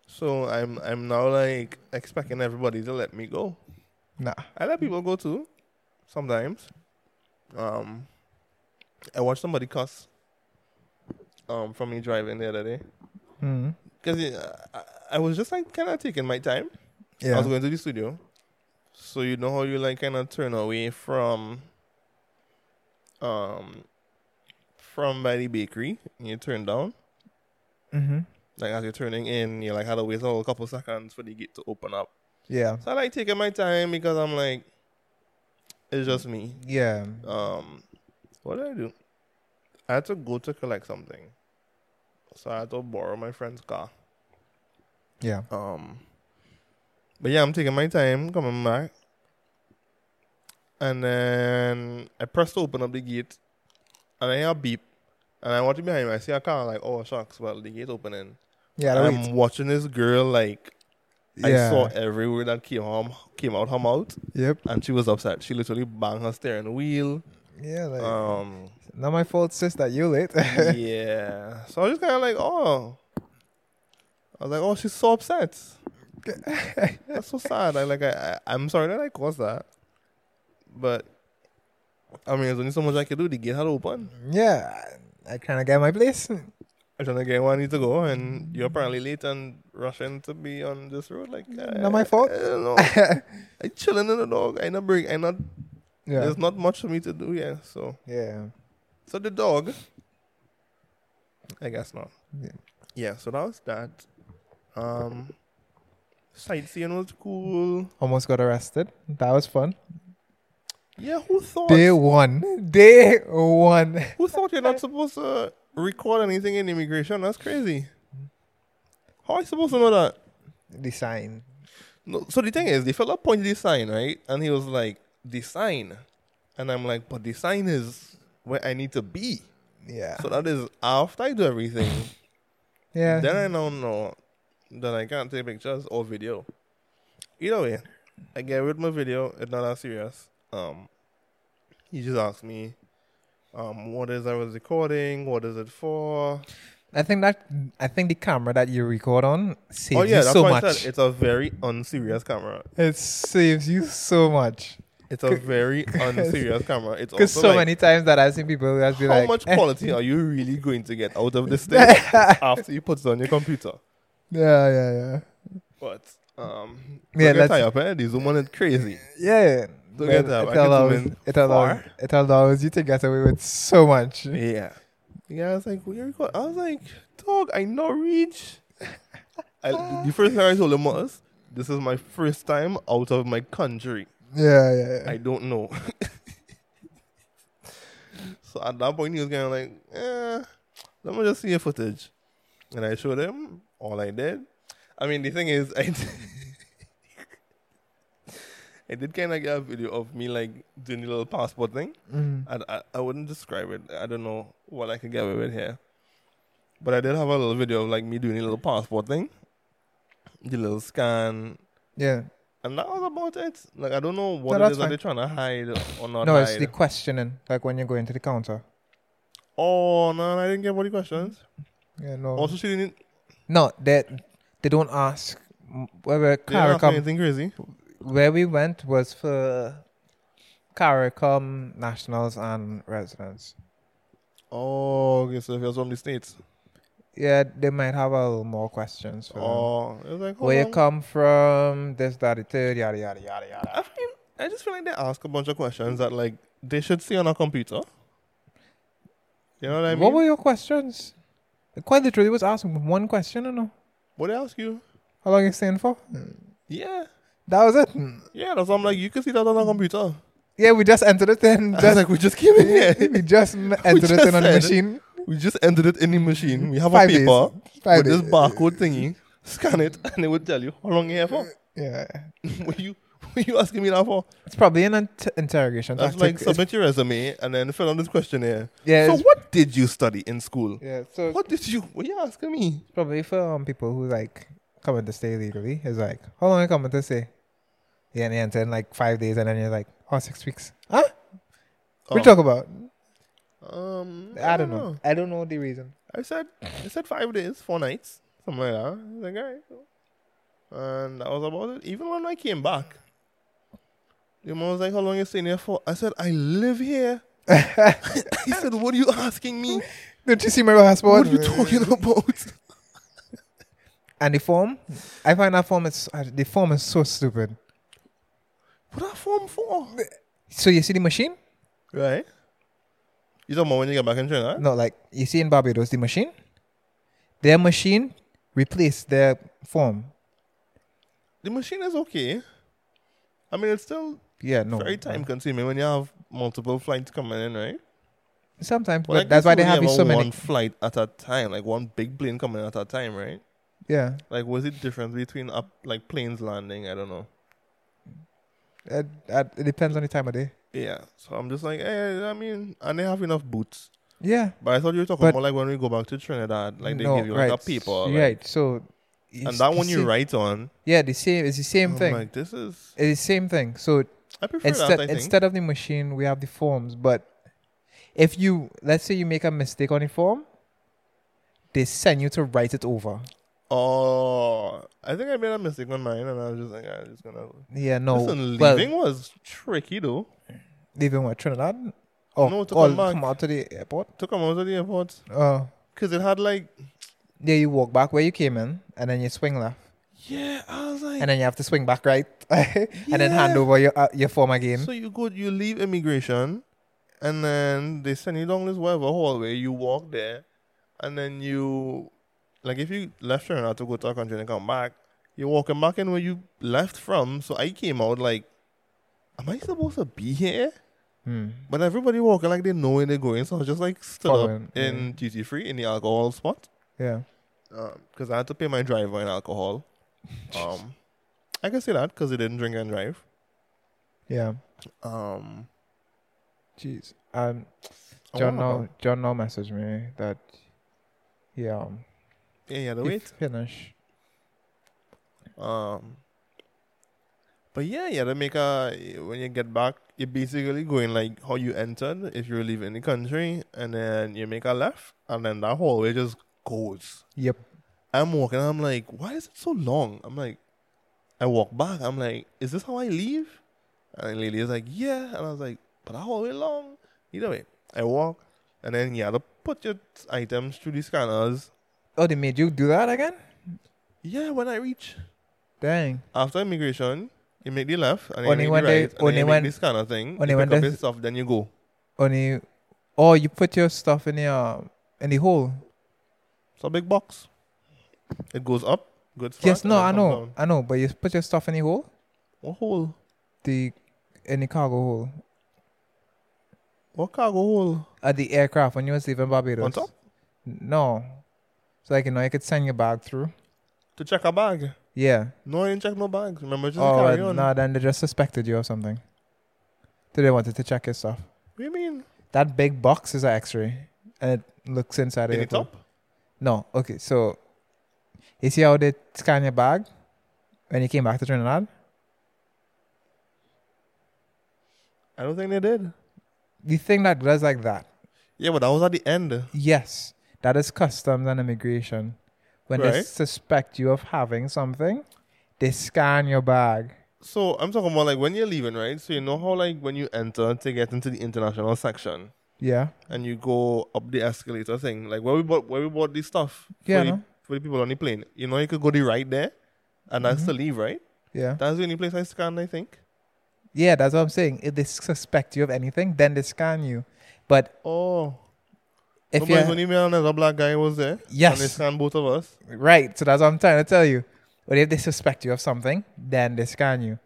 [SPEAKER 1] So I'm I'm now like expecting everybody to let me go.
[SPEAKER 2] Nah.
[SPEAKER 1] I let people go too, sometimes. Um, I watched somebody cuss. Um, from me driving the other day,
[SPEAKER 2] Hmm.
[SPEAKER 1] because I, I was just like kind of taking my time. I
[SPEAKER 2] Yeah.
[SPEAKER 1] was going to the studio, so you know how you like kind of turn away from, um, from by the bakery and you turn down,
[SPEAKER 2] Mm-hmm.
[SPEAKER 1] like as you're turning in, you like had to wait a whole couple seconds for the gate to open up.
[SPEAKER 2] Yeah.
[SPEAKER 1] So I like taking my time because I'm like, it's just me.
[SPEAKER 2] Yeah.
[SPEAKER 1] Um, what did I do? I had to go to collect something, so I had to borrow my friend's car.
[SPEAKER 2] Yeah.
[SPEAKER 1] Um, but yeah, I'm taking my time coming back, and then I press to open up the gate, and I hear a beep, and I watch it behind me. I see a car, like oh shucks, well the gate opening.
[SPEAKER 2] Yeah.
[SPEAKER 1] And
[SPEAKER 2] that
[SPEAKER 1] I'm watching this girl like
[SPEAKER 2] we-
[SPEAKER 1] Um, I
[SPEAKER 2] yeah.
[SPEAKER 1] saw every word that came home came out her mouth,
[SPEAKER 2] Yep.
[SPEAKER 1] and she was upset. She literally banged her steering wheel.
[SPEAKER 2] Yeah. Like,
[SPEAKER 1] Um,
[SPEAKER 2] not my fault, sis, that you late.
[SPEAKER 1] yeah. So I was just kind of like, oh, I was like, oh, she's so upset. That's so sad. I like, I, I I'm sorry that I caused that, but I mean, there's only so much I can do to get her open.
[SPEAKER 2] yeah. I, I kind of get my place.
[SPEAKER 1] I'm trying to get where I need to go, and you're apparently late and rushing to be on this road. Like,
[SPEAKER 2] Not my fault.
[SPEAKER 1] I don't know.
[SPEAKER 2] yeah.
[SPEAKER 1] I chilling in the dog. I not break. I not There's not much for me to do, yeah. So,
[SPEAKER 2] Yeah.
[SPEAKER 1] so the dog. I guess not.
[SPEAKER 2] Yeah.
[SPEAKER 1] Yeah. So that was that. Um, sightseeing was cool.
[SPEAKER 2] Almost got arrested. That was fun.
[SPEAKER 1] Yeah. Who thought?
[SPEAKER 2] Day one. Day one.
[SPEAKER 1] Who thought you're not supposed to record anything in immigration? That's crazy. How are you supposed to know that?
[SPEAKER 2] The sign.
[SPEAKER 1] No, so the thing is, the fella pointed the sign right, and he was like, "The sign," and I'm like, "But the sign is where I need to be."
[SPEAKER 2] Yeah.
[SPEAKER 1] So that is after I do everything.
[SPEAKER 2] yeah.
[SPEAKER 1] Then I now know that I can't take pictures or video. Either way, I get with my video. It's not that serious. Um, he just asked me, um, what is I was recording? What is it for?
[SPEAKER 2] I think that I think the camera that you record on saves
[SPEAKER 1] oh yeah,
[SPEAKER 2] you
[SPEAKER 1] that's
[SPEAKER 2] so
[SPEAKER 1] why
[SPEAKER 2] much.
[SPEAKER 1] I said it's a very unserious camera.
[SPEAKER 2] It saves you so much.
[SPEAKER 1] It's a very unserious camera. It's
[SPEAKER 2] Because
[SPEAKER 1] also
[SPEAKER 2] so
[SPEAKER 1] Oh, like,
[SPEAKER 2] many times that I've seen people who has
[SPEAKER 1] how
[SPEAKER 2] been like,
[SPEAKER 1] much
[SPEAKER 2] "Eh,
[SPEAKER 1] quality are you really going to get out of this thing after you put it on your computer?
[SPEAKER 2] yeah, yeah, yeah,
[SPEAKER 1] But um,
[SPEAKER 2] Yeah,
[SPEAKER 1] yeah,
[SPEAKER 2] let's-
[SPEAKER 1] that's eh? the zoom on it crazy.
[SPEAKER 2] yeah.
[SPEAKER 1] Don't
[SPEAKER 2] But
[SPEAKER 1] get that, I
[SPEAKER 2] It
[SPEAKER 1] can zoom
[SPEAKER 2] allows,
[SPEAKER 1] in
[SPEAKER 2] it allows,
[SPEAKER 1] far.
[SPEAKER 2] it allows you to get away with so much.
[SPEAKER 1] Yeah. Yeah, I was like, where you go? I was like, dog, I not reach. I, the first thing I told him was, this is my first time out of my country.
[SPEAKER 2] Yeah, yeah, yeah.
[SPEAKER 1] I don't know. so at that point, he was kind of like, eh, let me just see your footage. And I showed him all I did. I mean, the thing is, I did, I did kind of get a video of me like doing the little passport thing.
[SPEAKER 2] Mm.
[SPEAKER 1] I, I, I wouldn't describe it. I don't know what I could get away with here. But I did have a little video of like me doing a little passport thing, the little scan,
[SPEAKER 2] yeah.
[SPEAKER 1] and that was about it. Like I don't know what
[SPEAKER 2] No,
[SPEAKER 1] it is that
[SPEAKER 2] that's
[SPEAKER 1] they're trying to hide or not
[SPEAKER 2] No, it's
[SPEAKER 1] hide.
[SPEAKER 2] the questioning, like when you go into the counter.
[SPEAKER 1] oh no, I didn't get any questions.
[SPEAKER 2] Yeah, no.
[SPEAKER 1] Also, she didn't,
[SPEAKER 2] no, they they don't ask whether
[SPEAKER 1] they didn't ask me
[SPEAKER 2] CARICOM
[SPEAKER 1] anything crazy.
[SPEAKER 2] where we went was for CARICOM nationals and residents.
[SPEAKER 1] Oh, okay, so if you're from the states,
[SPEAKER 2] Yeah, they might have a little more questions for them.
[SPEAKER 1] oh, it was like how
[SPEAKER 2] Where you
[SPEAKER 1] long?
[SPEAKER 2] come from, this, that, the third, yada, yada, yada,
[SPEAKER 1] I
[SPEAKER 2] yada.
[SPEAKER 1] feel, I just feel like they ask a bunch of questions that like they should see on a computer. You know what I mean?
[SPEAKER 2] What were your questions? Quite literally was asking one question, you know.
[SPEAKER 1] what they ask you?
[SPEAKER 2] How long you staying for?
[SPEAKER 1] Hmm. Yeah.
[SPEAKER 2] That was it.
[SPEAKER 1] Yeah, that's why I'm like, you can see that on a computer.
[SPEAKER 2] Yeah, we just entered it in.
[SPEAKER 1] That's
[SPEAKER 2] Just,
[SPEAKER 1] like, we just came in here.
[SPEAKER 2] we just m- entered
[SPEAKER 1] just
[SPEAKER 2] it in on the
[SPEAKER 1] said
[SPEAKER 2] machine.
[SPEAKER 1] We just entered it in the machine. We have
[SPEAKER 2] Five
[SPEAKER 1] a
[SPEAKER 2] days.
[SPEAKER 1] paper
[SPEAKER 2] Five
[SPEAKER 1] with this
[SPEAKER 2] days.
[SPEAKER 1] barcode thingy. Scan it, and it would tell you how long you're here for.
[SPEAKER 2] Yeah.
[SPEAKER 1] what you what you asking me that for?
[SPEAKER 2] It's probably an inter- interrogation
[SPEAKER 1] That's
[SPEAKER 2] tactic.
[SPEAKER 1] like submit your resume and then fill out this questionnaire.
[SPEAKER 2] It's- yeah,
[SPEAKER 1] so
[SPEAKER 2] it's-
[SPEAKER 1] what did you study in school?
[SPEAKER 2] yeah, so
[SPEAKER 1] What did you? What you asking me?
[SPEAKER 2] it's probably for um, people who like coming to stay legally. It's like, how long you coming to stay? Yeah, and you enter in like five days, and then you're like, oh, six weeks. Huh? What
[SPEAKER 1] Um,
[SPEAKER 2] you talk about?
[SPEAKER 1] Um,
[SPEAKER 2] I don't know. I don't know the reason.
[SPEAKER 1] I said I said five days, four nights, something like that. I was like, all right, cool. And that was about it. Even when I came back, the mom was like, How long you staying here for? I said, I live here. he said, What are you asking me?
[SPEAKER 2] Don't you see my passport?
[SPEAKER 1] What are you talking about?
[SPEAKER 2] And the form, I find that form is uh, the form is so stupid.
[SPEAKER 1] What that form for?
[SPEAKER 2] So you see the machine,
[SPEAKER 1] Right? You talking about when you get back in Trinidad?
[SPEAKER 2] No, like you see in Barbados, the machine, their machine replaced their form.
[SPEAKER 1] The machine is okay. I mean, it's still
[SPEAKER 2] Yeah, no.
[SPEAKER 1] very time consuming when you have multiple flights coming in, right?
[SPEAKER 2] Sometimes,
[SPEAKER 1] Well, I
[SPEAKER 2] but that's
[SPEAKER 1] guess
[SPEAKER 2] why they
[SPEAKER 1] we
[SPEAKER 2] have
[SPEAKER 1] only
[SPEAKER 2] so
[SPEAKER 1] about
[SPEAKER 2] many.
[SPEAKER 1] One flight at a time, like one big plane coming at a time, right?
[SPEAKER 2] Yeah,
[SPEAKER 1] Like, what's the difference between up like planes landing? I don't know.
[SPEAKER 2] it, it it depends on the time of day.
[SPEAKER 1] Yeah, so I'm just like, eh, I mean, and they have enough boots.
[SPEAKER 2] Yeah,
[SPEAKER 1] But I thought you were talking
[SPEAKER 2] But-
[SPEAKER 1] about like when we go back to Trinidad, like they
[SPEAKER 2] no,
[SPEAKER 1] give you like
[SPEAKER 2] right.
[SPEAKER 1] a paper, like-
[SPEAKER 2] right? So, you
[SPEAKER 1] and that
[SPEAKER 2] s-
[SPEAKER 1] one Oh you
[SPEAKER 2] see-
[SPEAKER 1] write on.
[SPEAKER 2] Yeah, the same. It's the same
[SPEAKER 1] I'm
[SPEAKER 2] thing.
[SPEAKER 1] like, this is.
[SPEAKER 2] It's the same thing. So
[SPEAKER 1] I prefer
[SPEAKER 2] instead
[SPEAKER 1] that. I think.
[SPEAKER 2] instead of the machine, we have the forms. But if you let's say you make a mistake on the form, they send you to write it over.
[SPEAKER 1] oh, I think I made a mistake on mine, and I was just like, ah, I'm just gonna.
[SPEAKER 2] Yeah, no.
[SPEAKER 1] Listen,
[SPEAKER 2] well,
[SPEAKER 1] leaving was tricky though.
[SPEAKER 2] leaving what Trinidad, or,
[SPEAKER 1] No, to
[SPEAKER 2] or
[SPEAKER 1] come back.
[SPEAKER 2] come out to the airport.
[SPEAKER 1] Took them out of the airport
[SPEAKER 2] Oh,
[SPEAKER 1] because it had like,
[SPEAKER 2] there you walk back where you came in, and then you swing left,
[SPEAKER 1] yeah, I was like,
[SPEAKER 2] and then you have to swing back right, and then hand
[SPEAKER 1] Yeah.
[SPEAKER 2] over your uh, your form again.
[SPEAKER 1] So you go, you leave immigration, and then they send you down this whatever hallway. You walk there, and then you, like, if you left Trinidad to go to our country and come back, you're walking back in where you left from. So I came out like, am I supposed to be here?
[SPEAKER 2] Hmm.
[SPEAKER 1] But everybody walking like they know where they're going. So I was just like stood
[SPEAKER 2] Following,
[SPEAKER 1] up in duty free in the alcohol spot
[SPEAKER 2] Yeah.
[SPEAKER 1] because I had to pay my driver in alcohol. Um, I can say that because he didn't drink and drive.
[SPEAKER 2] Yeah.
[SPEAKER 1] Um,
[SPEAKER 2] Jeez. Um.
[SPEAKER 1] I
[SPEAKER 2] John
[SPEAKER 1] wonder about-
[SPEAKER 2] now John now messaged me that he um
[SPEAKER 1] Yeah, yeah, the
[SPEAKER 2] he
[SPEAKER 1] wait.
[SPEAKER 2] finish.
[SPEAKER 1] Um, but yeah, yeah, Jamaica. When you get back, you're basically going like how you entered if you're leaving the country, and then you make a left, and then that hallway just goes.
[SPEAKER 2] Yep.
[SPEAKER 1] I'm walking. I'm like, why is it so long? I'm like, I walk back. I'm like, is this how I leave? And the lady is like, yeah. And I was like, but that hallway long. Either way, I walk, and then you have to put your items through the scanners.
[SPEAKER 2] Oh, they made you do that again?
[SPEAKER 1] Yeah, when I reach
[SPEAKER 2] Dang.
[SPEAKER 1] after immigration, you make the left and then
[SPEAKER 2] Only
[SPEAKER 1] you make
[SPEAKER 2] when
[SPEAKER 1] the
[SPEAKER 2] they-
[SPEAKER 1] right, and
[SPEAKER 2] only
[SPEAKER 1] then you
[SPEAKER 2] when-
[SPEAKER 1] make this kind of thing.
[SPEAKER 2] only
[SPEAKER 1] you
[SPEAKER 2] when
[SPEAKER 1] pick up
[SPEAKER 2] they-
[SPEAKER 1] your stuff, then you go.
[SPEAKER 2] Only oh you put your stuff in the um in the hole.
[SPEAKER 1] It's a big box. It goes up, good. flat,
[SPEAKER 2] yes,
[SPEAKER 1] and
[SPEAKER 2] no,
[SPEAKER 1] it
[SPEAKER 2] I
[SPEAKER 1] comes
[SPEAKER 2] know.
[SPEAKER 1] down.
[SPEAKER 2] I know, but you put your stuff in the hole?
[SPEAKER 1] What hole?
[SPEAKER 2] The in the cargo hole.
[SPEAKER 1] What cargo hole?
[SPEAKER 2] At the aircraft when you was leaving Barbados.
[SPEAKER 1] On top
[SPEAKER 2] No. So like you know you could send your bag through.
[SPEAKER 1] to check a bag.
[SPEAKER 2] Yeah.
[SPEAKER 1] No, I didn't check no bags. Remember, just
[SPEAKER 2] oh
[SPEAKER 1] carry
[SPEAKER 2] uh,
[SPEAKER 1] on.
[SPEAKER 2] no, then they just suspected you of something. So they wanted to check your stuff.
[SPEAKER 1] What do you mean?
[SPEAKER 2] That big box is an X-ray, and it looks
[SPEAKER 1] In
[SPEAKER 2] inside of
[SPEAKER 1] the
[SPEAKER 2] your phone.
[SPEAKER 1] top?
[SPEAKER 2] No, okay. So, you see how they scan your bag when you came back to Trinidad?
[SPEAKER 1] I don't think they did.
[SPEAKER 2] The thing that does like that,
[SPEAKER 1] Yeah, but that was at the end.
[SPEAKER 2] yes, that is customs and immigration. When they
[SPEAKER 1] Right.
[SPEAKER 2] suspect you of having something, they scan your bag.
[SPEAKER 1] So I'm talking about like when you're leaving, right? So you know how like when you enter to get into the international section
[SPEAKER 2] Yeah,
[SPEAKER 1] and you go up the escalator thing, like where we bought where we bought this stuff. for
[SPEAKER 2] yeah,
[SPEAKER 1] the-
[SPEAKER 2] no?
[SPEAKER 1] for the people on the plane. You know, you could go the right there, and that's the leave, right?
[SPEAKER 2] yeah,
[SPEAKER 1] That's the only place I scanned, I think.
[SPEAKER 2] yeah. That's what I'm saying. If they suspect you of anything, then they scan you. But
[SPEAKER 1] Oh,
[SPEAKER 2] if
[SPEAKER 1] somebody's
[SPEAKER 2] you
[SPEAKER 1] only me and another black guy was there. And they
[SPEAKER 2] yes,
[SPEAKER 1] scanned both of us.
[SPEAKER 2] Right. So that's what I'm trying to tell you. But if they suspect you of something, then they scan you.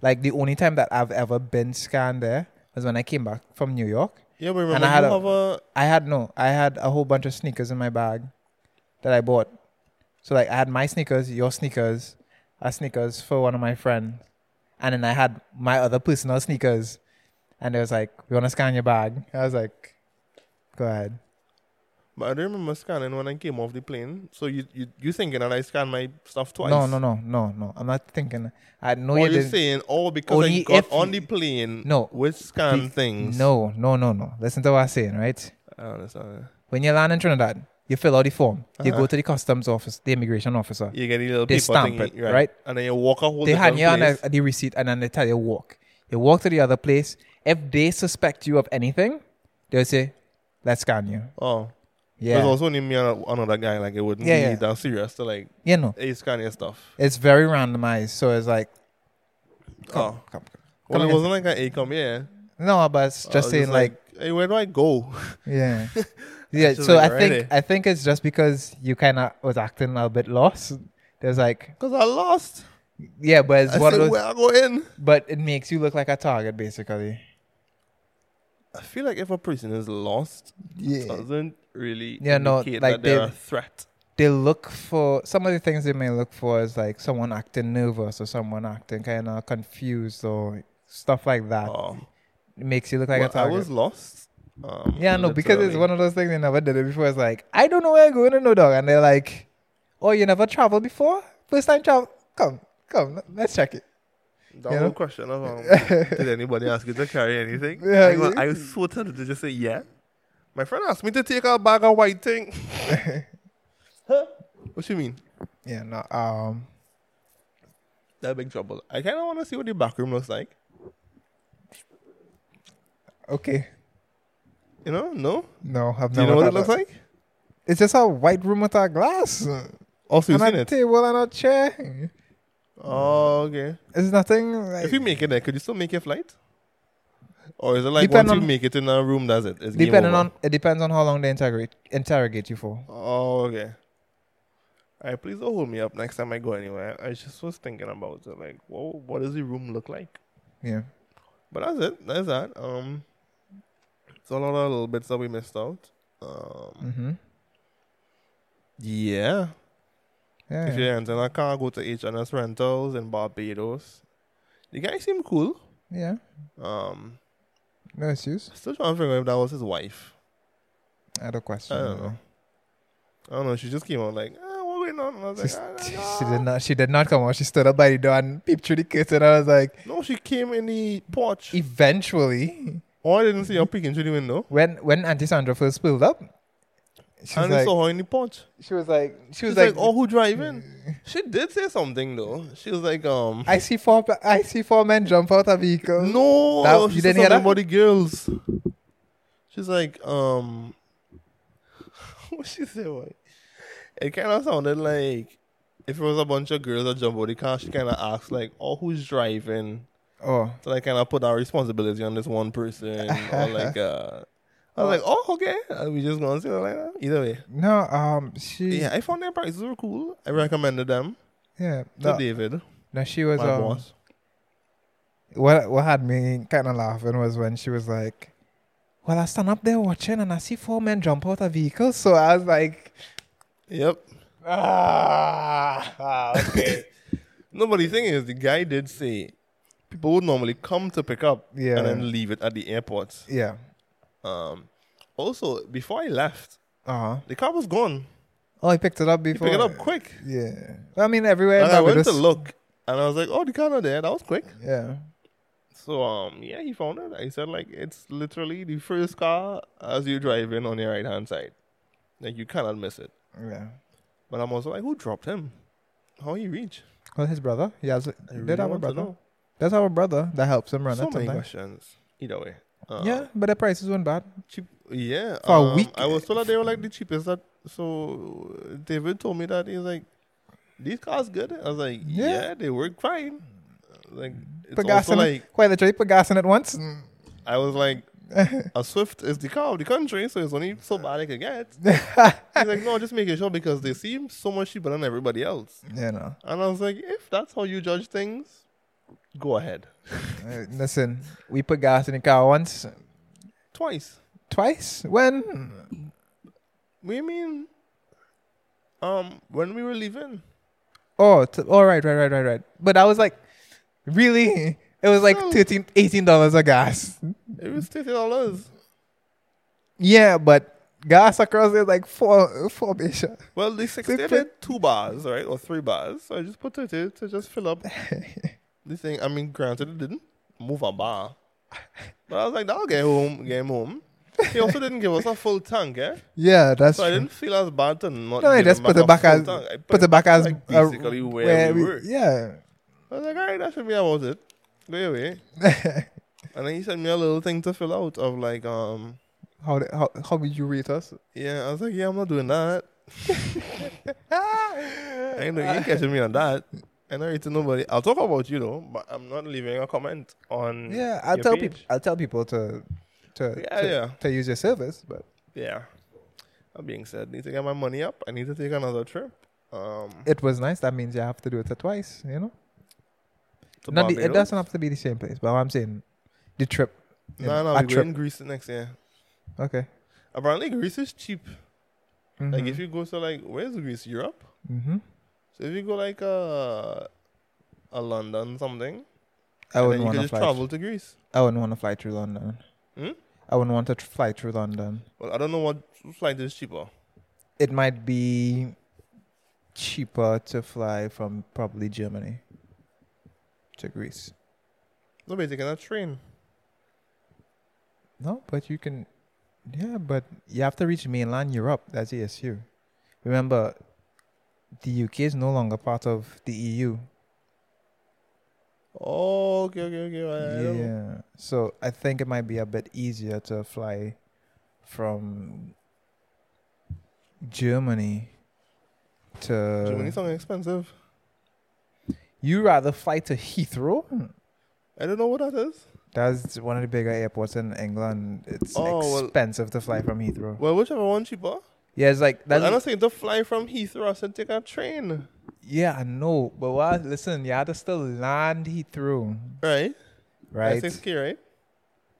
[SPEAKER 2] Like the only time that I've ever been scanned there was when I came back from New York.
[SPEAKER 1] Yeah, but remember,
[SPEAKER 2] And I had
[SPEAKER 1] you
[SPEAKER 2] a-
[SPEAKER 1] have a
[SPEAKER 2] I had no, I had a whole bunch of sneakers in my bag that I bought. So like I had my sneakers, your sneakers, a sneakers for one of my friends, and then I had my other personal sneakers. And they was like, "We want to scan your bag." I was like, "Go ahead."
[SPEAKER 1] but I don't remember scanning when I came off the plane. So you you, you thinking that I scanned my stuff twice?
[SPEAKER 2] No, no, no, no, no. I'm not thinking. I know
[SPEAKER 1] Or
[SPEAKER 2] you
[SPEAKER 1] you're
[SPEAKER 2] didn't.
[SPEAKER 1] saying, oh, because I
[SPEAKER 2] Only
[SPEAKER 1] got
[SPEAKER 2] if
[SPEAKER 1] on
[SPEAKER 2] you-
[SPEAKER 1] the plane
[SPEAKER 2] No,
[SPEAKER 1] with scan things.
[SPEAKER 2] No, no, no, no. Listen to what I'm saying, right?
[SPEAKER 1] I don't understand.
[SPEAKER 2] When you land in Trinidad, you fill out the form. You
[SPEAKER 1] Uh-huh.
[SPEAKER 2] go to the customs office, the immigration officer.
[SPEAKER 1] You get a little
[SPEAKER 2] They
[SPEAKER 1] paper
[SPEAKER 2] stamp
[SPEAKER 1] thingy,
[SPEAKER 2] it, right?
[SPEAKER 1] And then you walk a whole
[SPEAKER 2] They hand
[SPEAKER 1] different
[SPEAKER 2] you on
[SPEAKER 1] place.
[SPEAKER 2] the receipt and then they tell you walk. You walk to the other place. If they suspect you of anything, they'll say, let's scan you.
[SPEAKER 1] Oh,
[SPEAKER 2] Yeah.
[SPEAKER 1] there's also only me and another guy. Like it wouldn't
[SPEAKER 2] Yeah,
[SPEAKER 1] be
[SPEAKER 2] yeah.
[SPEAKER 1] that serious to like,
[SPEAKER 2] you know,
[SPEAKER 1] hey, scan your stuff.
[SPEAKER 2] it's very randomized. So it's like,
[SPEAKER 1] Oh.
[SPEAKER 2] come,
[SPEAKER 1] Well,
[SPEAKER 2] come. Come
[SPEAKER 1] Oh. it
[SPEAKER 2] again.
[SPEAKER 1] wasn't like an A come here.
[SPEAKER 2] No, but it's
[SPEAKER 1] I
[SPEAKER 2] just
[SPEAKER 1] was
[SPEAKER 2] saying like,
[SPEAKER 1] hey, where do I go?
[SPEAKER 2] Yeah. Yeah.
[SPEAKER 1] She's
[SPEAKER 2] so
[SPEAKER 1] like,
[SPEAKER 2] I think
[SPEAKER 1] "Alrighty."
[SPEAKER 2] I think it's just because you kind of was acting a little bit lost. There's like
[SPEAKER 1] Because I lost.
[SPEAKER 2] yeah, but it's
[SPEAKER 1] I
[SPEAKER 2] one of
[SPEAKER 1] said,
[SPEAKER 2] those,
[SPEAKER 1] where I go in?
[SPEAKER 2] but it makes you look like a target basically.
[SPEAKER 1] I feel like if a person is lost,
[SPEAKER 2] Yeah.
[SPEAKER 1] doesn't really
[SPEAKER 2] Yeah, no,
[SPEAKER 1] indicate
[SPEAKER 2] like
[SPEAKER 1] that they're a
[SPEAKER 2] they-
[SPEAKER 1] threat.
[SPEAKER 2] They look for some of the things they may look for is like someone acting nervous or someone acting kind of confused or stuff like that.
[SPEAKER 1] Um,
[SPEAKER 2] It makes you look Ah, like
[SPEAKER 1] well,
[SPEAKER 2] a
[SPEAKER 1] I
[SPEAKER 2] target.
[SPEAKER 1] was lost. Um,
[SPEAKER 2] yeah, no, because it's
[SPEAKER 1] literally.
[SPEAKER 2] one of those things they never did it before. It's like I don't know where I'm going, no dog, and they're like, "Oh, you never traveled before? First time travel? Come, come, let's check it."
[SPEAKER 1] That
[SPEAKER 2] you
[SPEAKER 1] whole
[SPEAKER 2] know?
[SPEAKER 1] question of um, did anybody ask you to carry anything?
[SPEAKER 2] Yeah,
[SPEAKER 1] I, was,
[SPEAKER 2] you-
[SPEAKER 1] I was so tempted to just say yeah. My friend asked me to take a bag of white thing. Huh? what you mean?
[SPEAKER 2] Yeah, no. Um,
[SPEAKER 1] That big trouble. I kind of want to see what the back room looks like.
[SPEAKER 2] okay.
[SPEAKER 1] You know? No.
[SPEAKER 2] No, I've
[SPEAKER 1] Do you
[SPEAKER 2] never.
[SPEAKER 1] know what
[SPEAKER 2] thought
[SPEAKER 1] it looks
[SPEAKER 2] that.
[SPEAKER 1] like?
[SPEAKER 2] It's just a white room with a glass
[SPEAKER 1] Also, you've
[SPEAKER 2] and
[SPEAKER 1] seen
[SPEAKER 2] a
[SPEAKER 1] it.
[SPEAKER 2] table and a chair.
[SPEAKER 1] oh, okay.
[SPEAKER 2] It's nothing. Like,
[SPEAKER 1] If you make it there, could you still make your flight? Or is it like
[SPEAKER 2] Depend
[SPEAKER 1] once you
[SPEAKER 2] on-
[SPEAKER 1] make it in a room, that's it? It's game
[SPEAKER 2] depending
[SPEAKER 1] over?
[SPEAKER 2] on it depends on how long they interrogate interrogate you for.
[SPEAKER 1] Oh, okay. All right, please don't hold me up next time I go anywhere. I just was thinking about it, like, whoa, what does the room look like?
[SPEAKER 2] Yeah.
[SPEAKER 1] But that's it. That's that. Um, it's a lot of little bits that we missed out. Um,
[SPEAKER 2] Mm-hmm.
[SPEAKER 1] yeah.
[SPEAKER 2] Yeah.
[SPEAKER 1] If you're renting a car, go to H&S Rentals in Barbados. The guy seemed cool.
[SPEAKER 2] yeah.
[SPEAKER 1] Um,
[SPEAKER 2] No excuse.
[SPEAKER 1] still trying to figure out if that was his wife.
[SPEAKER 2] I had a question.
[SPEAKER 1] Oh. I don't know. I don't know. She just came out like, ah, what going on? And I was like,
[SPEAKER 2] She,
[SPEAKER 1] "Ah, "Oh,
[SPEAKER 2] st-
[SPEAKER 1] "I don't
[SPEAKER 2] she
[SPEAKER 1] know."
[SPEAKER 2] did not. She did not come out. She stood up by the door and peeped through the curtain. I was like,
[SPEAKER 1] No, she came in the porch.
[SPEAKER 2] eventually,
[SPEAKER 1] Oh, I didn't see her peeking through the window.
[SPEAKER 2] when when Auntie Sandra first pulled up, she was
[SPEAKER 1] and
[SPEAKER 2] like,
[SPEAKER 1] I saw her in the porch.
[SPEAKER 2] she was like, she
[SPEAKER 1] She
[SPEAKER 2] was
[SPEAKER 1] was
[SPEAKER 2] like, "Hmm."
[SPEAKER 1] like, "Oh, who driving?" she did say something though. She was like, "Um,
[SPEAKER 2] "Uh, I see four. pla- I see four men jump out of vehicle.
[SPEAKER 1] Mm. no,
[SPEAKER 2] That-
[SPEAKER 1] she
[SPEAKER 2] you
[SPEAKER 1] said
[SPEAKER 2] didn't
[SPEAKER 1] something
[SPEAKER 2] hear that?
[SPEAKER 1] about the girls." She's like, "Um, what she said? What? It kind of sounded like if it was a bunch of girls that jump out the car. She kind of asked like, "Oh, who's driving?"
[SPEAKER 2] Oh,
[SPEAKER 1] So I kind of put our responsibility on this one person or like uh. I was like, oh, okay. Are we just gonna say it like that? Either way.
[SPEAKER 2] no. Um, she.
[SPEAKER 1] Yeah, I found their prices were cool. I recommended them
[SPEAKER 2] yeah,
[SPEAKER 1] to
[SPEAKER 2] no,
[SPEAKER 1] David,
[SPEAKER 2] no, she
[SPEAKER 1] my
[SPEAKER 2] was. Um,
[SPEAKER 1] boss.
[SPEAKER 2] what what had me kind of laughing was when she was like, "Well, I stand up there watching and I see four men jump out of vehicle." So I was like,
[SPEAKER 1] Yep.
[SPEAKER 2] "Ah, ah, okay."
[SPEAKER 1] No, but the thing is, the guy did say people would normally come to pick up
[SPEAKER 2] Yeah.
[SPEAKER 1] and then leave it at the airport.
[SPEAKER 2] yeah.
[SPEAKER 1] Um, also, before I left,
[SPEAKER 2] Uh huh.
[SPEAKER 1] the car was gone.
[SPEAKER 2] Oh, he picked it up
[SPEAKER 1] He
[SPEAKER 2] before.
[SPEAKER 1] picked it up quick.
[SPEAKER 2] Yeah. I mean, everywhere. in
[SPEAKER 1] And I went to
[SPEAKER 2] Barbados-
[SPEAKER 1] look, and I was like, oh, the car not there. That was quick.
[SPEAKER 2] Yeah.
[SPEAKER 1] So, um, yeah, he found it. I said, like, it's literally the first car as you drive in on your right hand side. Like, you cannot miss it.
[SPEAKER 2] Yeah.
[SPEAKER 1] But I'm also like, who dropped him? How he reach?
[SPEAKER 2] Well, his brother. He has.
[SPEAKER 1] I
[SPEAKER 2] Did
[SPEAKER 1] really
[SPEAKER 2] have a
[SPEAKER 1] want to
[SPEAKER 2] brother.
[SPEAKER 1] know.
[SPEAKER 2] Does have a brother that helps him run
[SPEAKER 1] so
[SPEAKER 2] it
[SPEAKER 1] many
[SPEAKER 2] sometimes.
[SPEAKER 1] questions. Either way. Uh,
[SPEAKER 2] yeah, but the prices weren't bad.
[SPEAKER 1] Cheap. Yeah. um,
[SPEAKER 2] For a week.
[SPEAKER 1] I was told that they were like the cheapest. That so uh, David told me that he's like, these cars good. I was like,
[SPEAKER 2] Yeah.
[SPEAKER 1] yeah, they work fine. Like it's
[SPEAKER 2] Put gas
[SPEAKER 1] also
[SPEAKER 2] in
[SPEAKER 1] like
[SPEAKER 2] it. Quite literally, put gas in it once. Mm.
[SPEAKER 1] I was like, a Swift is the car of the country, so it's only so bad I could get. he's like, no, just making sure because they seem so much cheaper than everybody else.
[SPEAKER 2] You know.
[SPEAKER 1] And I was like, if that's how you judge things, go ahead.
[SPEAKER 2] Uh, listen, we put gas in the car once,
[SPEAKER 1] Twice.
[SPEAKER 2] twice. When?
[SPEAKER 1] We mean, um, when we were leaving.
[SPEAKER 2] Oh, t- oh, right, right, right, right, right. But I was like, really? It was like
[SPEAKER 1] So-
[SPEAKER 2] $13, $18 a gas.
[SPEAKER 1] It was thirty dollars.
[SPEAKER 2] Yeah, but gas across there is like four, four bisha.
[SPEAKER 1] Well, they succeeded two bars, right, or three bars. So I just put it in to just fill up the thing. I mean, granted, it didn't move a bar, but I was like, "That'll get home, get him home." He also didn't give us a full tank, eh?
[SPEAKER 2] Yeah, that's
[SPEAKER 1] So I didn't feel as bad to not.
[SPEAKER 2] No, I
[SPEAKER 1] give
[SPEAKER 2] just
[SPEAKER 1] him
[SPEAKER 2] put
[SPEAKER 1] a
[SPEAKER 2] it back
[SPEAKER 1] full
[SPEAKER 2] as
[SPEAKER 1] tank. I
[SPEAKER 2] put it back as
[SPEAKER 1] like,
[SPEAKER 2] uh,
[SPEAKER 1] basically where, we, were.
[SPEAKER 2] Yeah,
[SPEAKER 1] I was like, "All right, that should be about it." Go your way. and then he sent me a little thing to fill out of like, um,
[SPEAKER 2] how the- how how would you rate us?
[SPEAKER 1] yeah. I was like, "Yeah, I'm not doing that." I ain't, no- you ain't catching me on that. I know it's nobody. I'll talk about you though, but I'm not leaving a comment on.
[SPEAKER 2] Yeah, I'll
[SPEAKER 1] your
[SPEAKER 2] tell
[SPEAKER 1] page.
[SPEAKER 2] people. I'll tell people to to
[SPEAKER 1] Yeah,
[SPEAKER 2] to,
[SPEAKER 1] yeah.
[SPEAKER 2] to use your service, but
[SPEAKER 1] Yeah. That being said, need to get my money up. I need to take another trip. Um,
[SPEAKER 2] it was nice. That means you have to do it twice, you know.
[SPEAKER 1] to
[SPEAKER 2] Not the, it
[SPEAKER 1] Barbados.
[SPEAKER 2] doesn't have to be the same place, but I'm saying the trip. you
[SPEAKER 1] No,
[SPEAKER 2] know,
[SPEAKER 1] no,
[SPEAKER 2] a
[SPEAKER 1] we're
[SPEAKER 2] trip.
[SPEAKER 1] in Greece next year.
[SPEAKER 2] Okay.
[SPEAKER 1] Apparently, Greece is cheap. Like if
[SPEAKER 2] Mhm.
[SPEAKER 1] you go to like where's Greece? Europe.
[SPEAKER 2] Mhm.
[SPEAKER 1] So if you go like uh, a London something,
[SPEAKER 2] I
[SPEAKER 1] and then
[SPEAKER 2] wouldn't
[SPEAKER 1] you
[SPEAKER 2] want
[SPEAKER 1] can
[SPEAKER 2] to
[SPEAKER 1] just
[SPEAKER 2] fly.
[SPEAKER 1] travel to Greece.
[SPEAKER 2] I wouldn't want to fly through London.
[SPEAKER 1] Hmm?
[SPEAKER 2] I wouldn't want to tr- fly through London.
[SPEAKER 1] Well, I don't know what flight is cheaper.
[SPEAKER 2] It might be cheaper to fly from probably Germany to Greece.
[SPEAKER 1] So basically, a train.
[SPEAKER 2] No, but you can. Yeah, but you have to reach mainland Europe. That's the issue. Remember, the UK is no longer part of the E EU.
[SPEAKER 1] Oh, okay, okay, okay. I, I don't know.
[SPEAKER 2] Yeah. So I think it might be a bit easier to fly from Germany to.
[SPEAKER 1] Germany's something expensive.
[SPEAKER 2] You rather fly to Heathrow?
[SPEAKER 1] I don't know what that is.
[SPEAKER 2] That's one of the bigger airports in England. It's
[SPEAKER 1] Oh, well-
[SPEAKER 2] expensive to fly from Heathrow.
[SPEAKER 1] Well, whichever one cheaper.
[SPEAKER 2] Yeah, it's like
[SPEAKER 1] But I don't
[SPEAKER 2] that's,
[SPEAKER 1] think to fly from Heathrow. I said take a train.
[SPEAKER 2] yeah, I know. But what, listen, you had to still land Heathrow,
[SPEAKER 1] Right.
[SPEAKER 2] right?
[SPEAKER 1] That's sixty, right?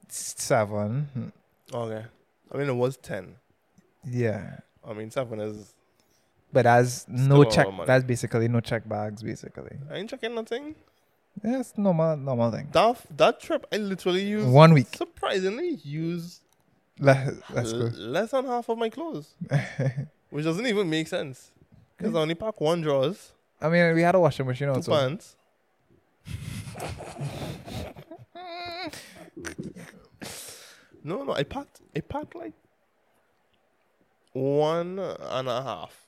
[SPEAKER 2] Seven.
[SPEAKER 1] Okay. I mean, it was ten.
[SPEAKER 2] Yeah.
[SPEAKER 1] I mean, seven is.
[SPEAKER 2] But that's no
[SPEAKER 1] a lot of
[SPEAKER 2] check.
[SPEAKER 1] money.
[SPEAKER 2] That's basically no check bags, basically.
[SPEAKER 1] I ain't checking nothing.
[SPEAKER 2] Yeah, it's normal, normal thing.
[SPEAKER 1] That that trip, I literally used
[SPEAKER 2] One week.
[SPEAKER 1] surprisingly used
[SPEAKER 2] Le- Let's
[SPEAKER 1] l-
[SPEAKER 2] go.
[SPEAKER 1] less than half of my clothes, which doesn't even make sense because I only pack one drawers,
[SPEAKER 2] I mean, we had a washing machine
[SPEAKER 1] two
[SPEAKER 2] also.
[SPEAKER 1] pants. no, no, I packed. I packed like one and a half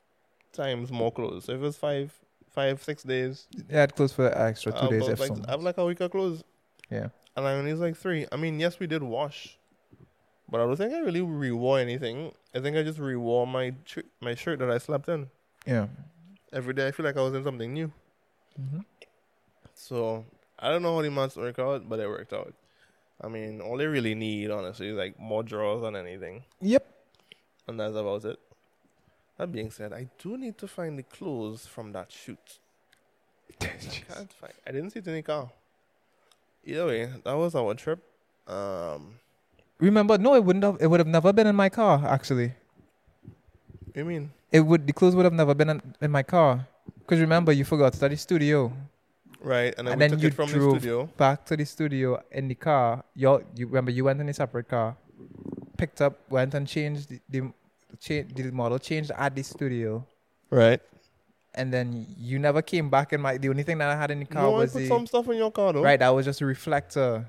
[SPEAKER 1] times more clothes. So if it's five, five, six days,
[SPEAKER 2] You had clothes for an extra two
[SPEAKER 1] I
[SPEAKER 2] days.
[SPEAKER 1] bought,
[SPEAKER 2] If
[SPEAKER 1] like,
[SPEAKER 2] some.
[SPEAKER 1] I have like a week of clothes.
[SPEAKER 2] Yeah.
[SPEAKER 1] and I only used like three. I mean, yes, we did wash, but I don't think I really re-wore anything. I think I just re-wore my ch- my shirt that I slept in
[SPEAKER 2] Yeah.
[SPEAKER 1] every day. I feel like I was in something new. Mm-hmm.
[SPEAKER 2] Mhm.
[SPEAKER 1] So I don't know how the months work out, but it worked out. I mean, all they really need, honestly, is like more drawers than anything,
[SPEAKER 2] Yep.
[SPEAKER 1] and that's about it. That being said, I do need to find the clothes from that shoot. Can't find. I didn't see it in the car. Either way, that was our trip. Um,
[SPEAKER 2] Remember, no, it wouldn't have. It would have never been in my car. Actually,
[SPEAKER 1] what do you mean?
[SPEAKER 2] it would. The clothes would have never been in, in my car. Because remember, you forgot to the studio.
[SPEAKER 1] Right, and then we
[SPEAKER 2] And then
[SPEAKER 1] took
[SPEAKER 2] you
[SPEAKER 1] it from
[SPEAKER 2] drove.
[SPEAKER 1] the studio.
[SPEAKER 2] Back to the studio in the car. You you remember you went in a separate car, picked up, went and changed the the, cha- the model, changed at the studio,
[SPEAKER 1] Right.
[SPEAKER 2] and then you never came back in my. The only thing that I had in the car
[SPEAKER 1] No, I
[SPEAKER 2] was
[SPEAKER 1] put
[SPEAKER 2] the
[SPEAKER 1] some stuff in your car though.
[SPEAKER 2] right. That was just a reflector.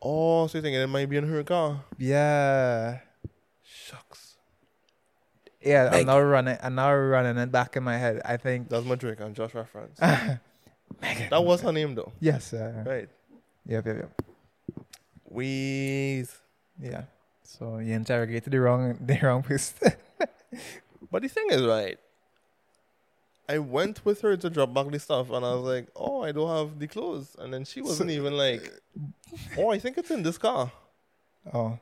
[SPEAKER 1] Oh, so you thinking it might be in her car?
[SPEAKER 2] Yeah.
[SPEAKER 1] Shucks.
[SPEAKER 2] Yeah,
[SPEAKER 1] Meg.
[SPEAKER 2] I'm now running. I'm now running it back in my head. I think.
[SPEAKER 1] That's my Drake and Josh reference. That was her name though.
[SPEAKER 2] Yes. Uh,
[SPEAKER 1] Right.
[SPEAKER 2] Yep. Yep. Yep.
[SPEAKER 1] Wheeze.
[SPEAKER 2] Yeah. So you interrogated the wrong the wrong person.
[SPEAKER 1] But the thing is, right, I went with her to drop back the stuff and I was like, oh, I don't have the clothes. And then she wasn't even like, oh, I think it's in this car.
[SPEAKER 2] oh.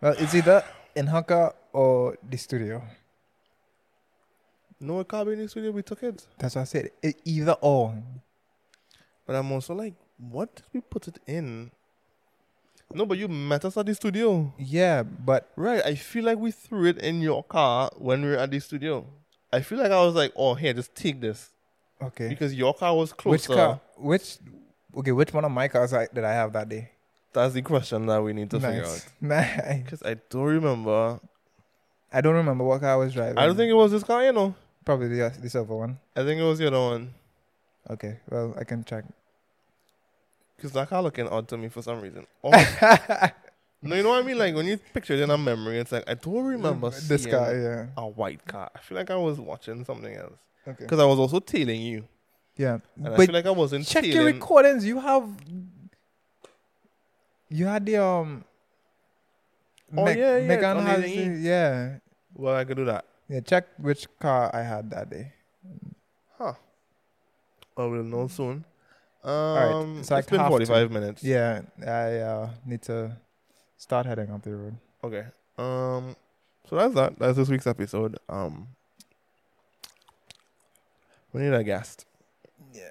[SPEAKER 2] Well, it's either in Haka or the studio.
[SPEAKER 1] No, it can't be in the studio. We took it.
[SPEAKER 2] That's what I said. E- either or.
[SPEAKER 1] But I'm also like, what did we put it in? No, but you met us at the studio.
[SPEAKER 2] Yeah, but
[SPEAKER 1] Right, I feel like we threw it in your car when we were at the studio. I feel like I was like, oh, here, just take this.
[SPEAKER 2] okay.
[SPEAKER 1] Because your car was closer.
[SPEAKER 2] which car? Which? Okay, which one of my cars I, did I have that day?
[SPEAKER 1] That's the question that we need to figure out.
[SPEAKER 2] Nice.
[SPEAKER 1] Because I don't remember.
[SPEAKER 2] I don't remember what car I was driving.
[SPEAKER 1] I don't think it was this car, you know.
[SPEAKER 2] probably the, the silver one.
[SPEAKER 1] I think it was the other one.
[SPEAKER 2] Okay, well I can check.
[SPEAKER 1] Because that car looking odd to me for some reason. Oh. no, you know what I mean? Like, when you picture it in a memory, it's like, I don't remember
[SPEAKER 2] this
[SPEAKER 1] seeing
[SPEAKER 2] car? Yeah.
[SPEAKER 1] A white car. I feel like I was watching something else.
[SPEAKER 2] Okay.
[SPEAKER 1] Because I was also tailing you.
[SPEAKER 2] Yeah.
[SPEAKER 1] And I
[SPEAKER 2] But
[SPEAKER 1] feel like I wasn't
[SPEAKER 2] check your
[SPEAKER 1] tailing.
[SPEAKER 2] recordings. You have you had the um.
[SPEAKER 1] Oh, yeah, yeah,
[SPEAKER 2] Megan
[SPEAKER 1] on the
[SPEAKER 2] has
[SPEAKER 1] thing.
[SPEAKER 2] the- yeah,
[SPEAKER 1] well, I could do that.
[SPEAKER 2] yeah. Check which car I had that day.
[SPEAKER 1] Huh. Well, we'll know soon. Um,
[SPEAKER 2] right, it's like
[SPEAKER 1] it's been
[SPEAKER 2] half
[SPEAKER 1] 45 minutes.
[SPEAKER 2] Yeah, I uh, need to Start heading up the road.
[SPEAKER 1] Okay. Um. So that's that. That's this week's episode. Um. We need a guest.
[SPEAKER 2] Yeah.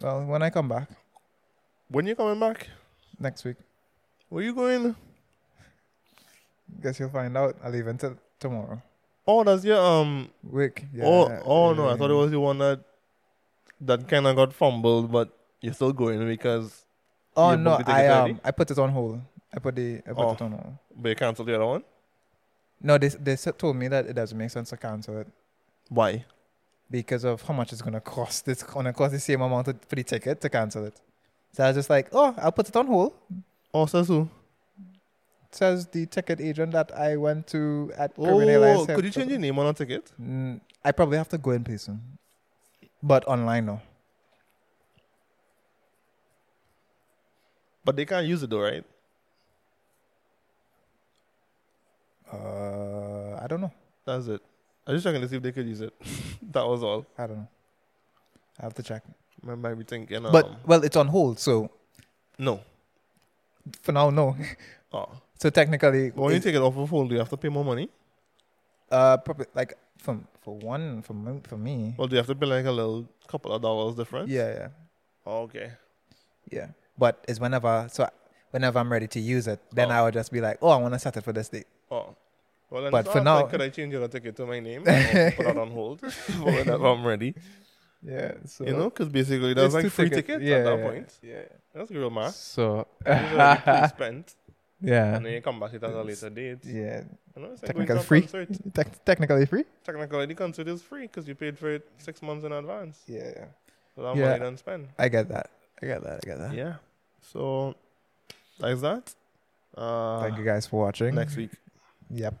[SPEAKER 2] Well, when I come back
[SPEAKER 1] When you coming back?
[SPEAKER 2] next week,
[SPEAKER 1] Where you going?
[SPEAKER 2] guess you'll find out. I leave until tomorrow.
[SPEAKER 1] Oh, that's your um.
[SPEAKER 2] Week. Yeah,
[SPEAKER 1] oh, oh no! I thought it
[SPEAKER 2] yeah.
[SPEAKER 1] was the one that that kind of got fumbled, but you're still going because
[SPEAKER 2] Oh
[SPEAKER 1] you
[SPEAKER 2] no,
[SPEAKER 1] booked the
[SPEAKER 2] I
[SPEAKER 1] tickets
[SPEAKER 2] um,
[SPEAKER 1] already?
[SPEAKER 2] I put it on hold. I put the I put
[SPEAKER 1] Oh.
[SPEAKER 2] it on hold.
[SPEAKER 1] but you canceled the other one.
[SPEAKER 2] No, they they s- told me that it doesn't make sense to cancel it
[SPEAKER 1] Why?
[SPEAKER 2] because of how much it's gonna cost. It's gonna cost the same amount to- for the ticket to cancel it. So I was just like, oh, I'll put it on hold.
[SPEAKER 1] Oh, Sasu.
[SPEAKER 2] Says the ticket agent that I went to at Caribbean
[SPEAKER 1] Oh,
[SPEAKER 2] Airlines
[SPEAKER 1] could you change your name on a ticket?
[SPEAKER 2] Mm, I probably have to go in person, but online now.
[SPEAKER 1] But they can't use it though, right?
[SPEAKER 2] Uh, I don't know.
[SPEAKER 1] That's it. I was just checking to see if they could use it. that was all.
[SPEAKER 2] I don't know. I have to check.
[SPEAKER 1] I might be thinking. Um,
[SPEAKER 2] but well, it's on hold, so
[SPEAKER 1] no.
[SPEAKER 2] for now, no.
[SPEAKER 1] Oh,
[SPEAKER 2] so technically,
[SPEAKER 1] but when you
[SPEAKER 2] it-
[SPEAKER 1] take it off a phone, do you have to pay more money?
[SPEAKER 2] uh, probably like from for one for me, for me.
[SPEAKER 1] Well, do you have to pay like a little couple of dollars difference?
[SPEAKER 2] yeah, yeah,
[SPEAKER 1] Oh, okay.
[SPEAKER 2] yeah. But it's whenever so whenever I'm ready to use it, then
[SPEAKER 1] Oh.
[SPEAKER 2] I would just be like, oh, I want to set it for this date.
[SPEAKER 1] Oh. Well, then
[SPEAKER 2] But
[SPEAKER 1] it's
[SPEAKER 2] for
[SPEAKER 1] not
[SPEAKER 2] now-
[SPEAKER 1] like, could I change your ticket to my name? I'll put that on hold for whenever I'm ready.
[SPEAKER 2] Yeah, so
[SPEAKER 1] you know, because basically that's like free tickets at that point.
[SPEAKER 2] Yeah.
[SPEAKER 1] That's real math.
[SPEAKER 2] So
[SPEAKER 1] You spent,
[SPEAKER 2] yeah,
[SPEAKER 1] and then you come back it at a later date.
[SPEAKER 2] yeah.
[SPEAKER 1] You know, it's like going to
[SPEAKER 2] Technically
[SPEAKER 1] a
[SPEAKER 2] free.
[SPEAKER 1] concert.
[SPEAKER 2] Tec- technically free.
[SPEAKER 1] Technically, the concert is free because you paid for it six months in advance.
[SPEAKER 2] Yeah, yeah.
[SPEAKER 1] So that
[SPEAKER 2] Yeah.
[SPEAKER 1] money done spend.
[SPEAKER 2] I get that. I get that. I get that.
[SPEAKER 1] Yeah. So, that's that. Uh,
[SPEAKER 2] Thank you guys for watching.
[SPEAKER 1] Next week.
[SPEAKER 2] Yep.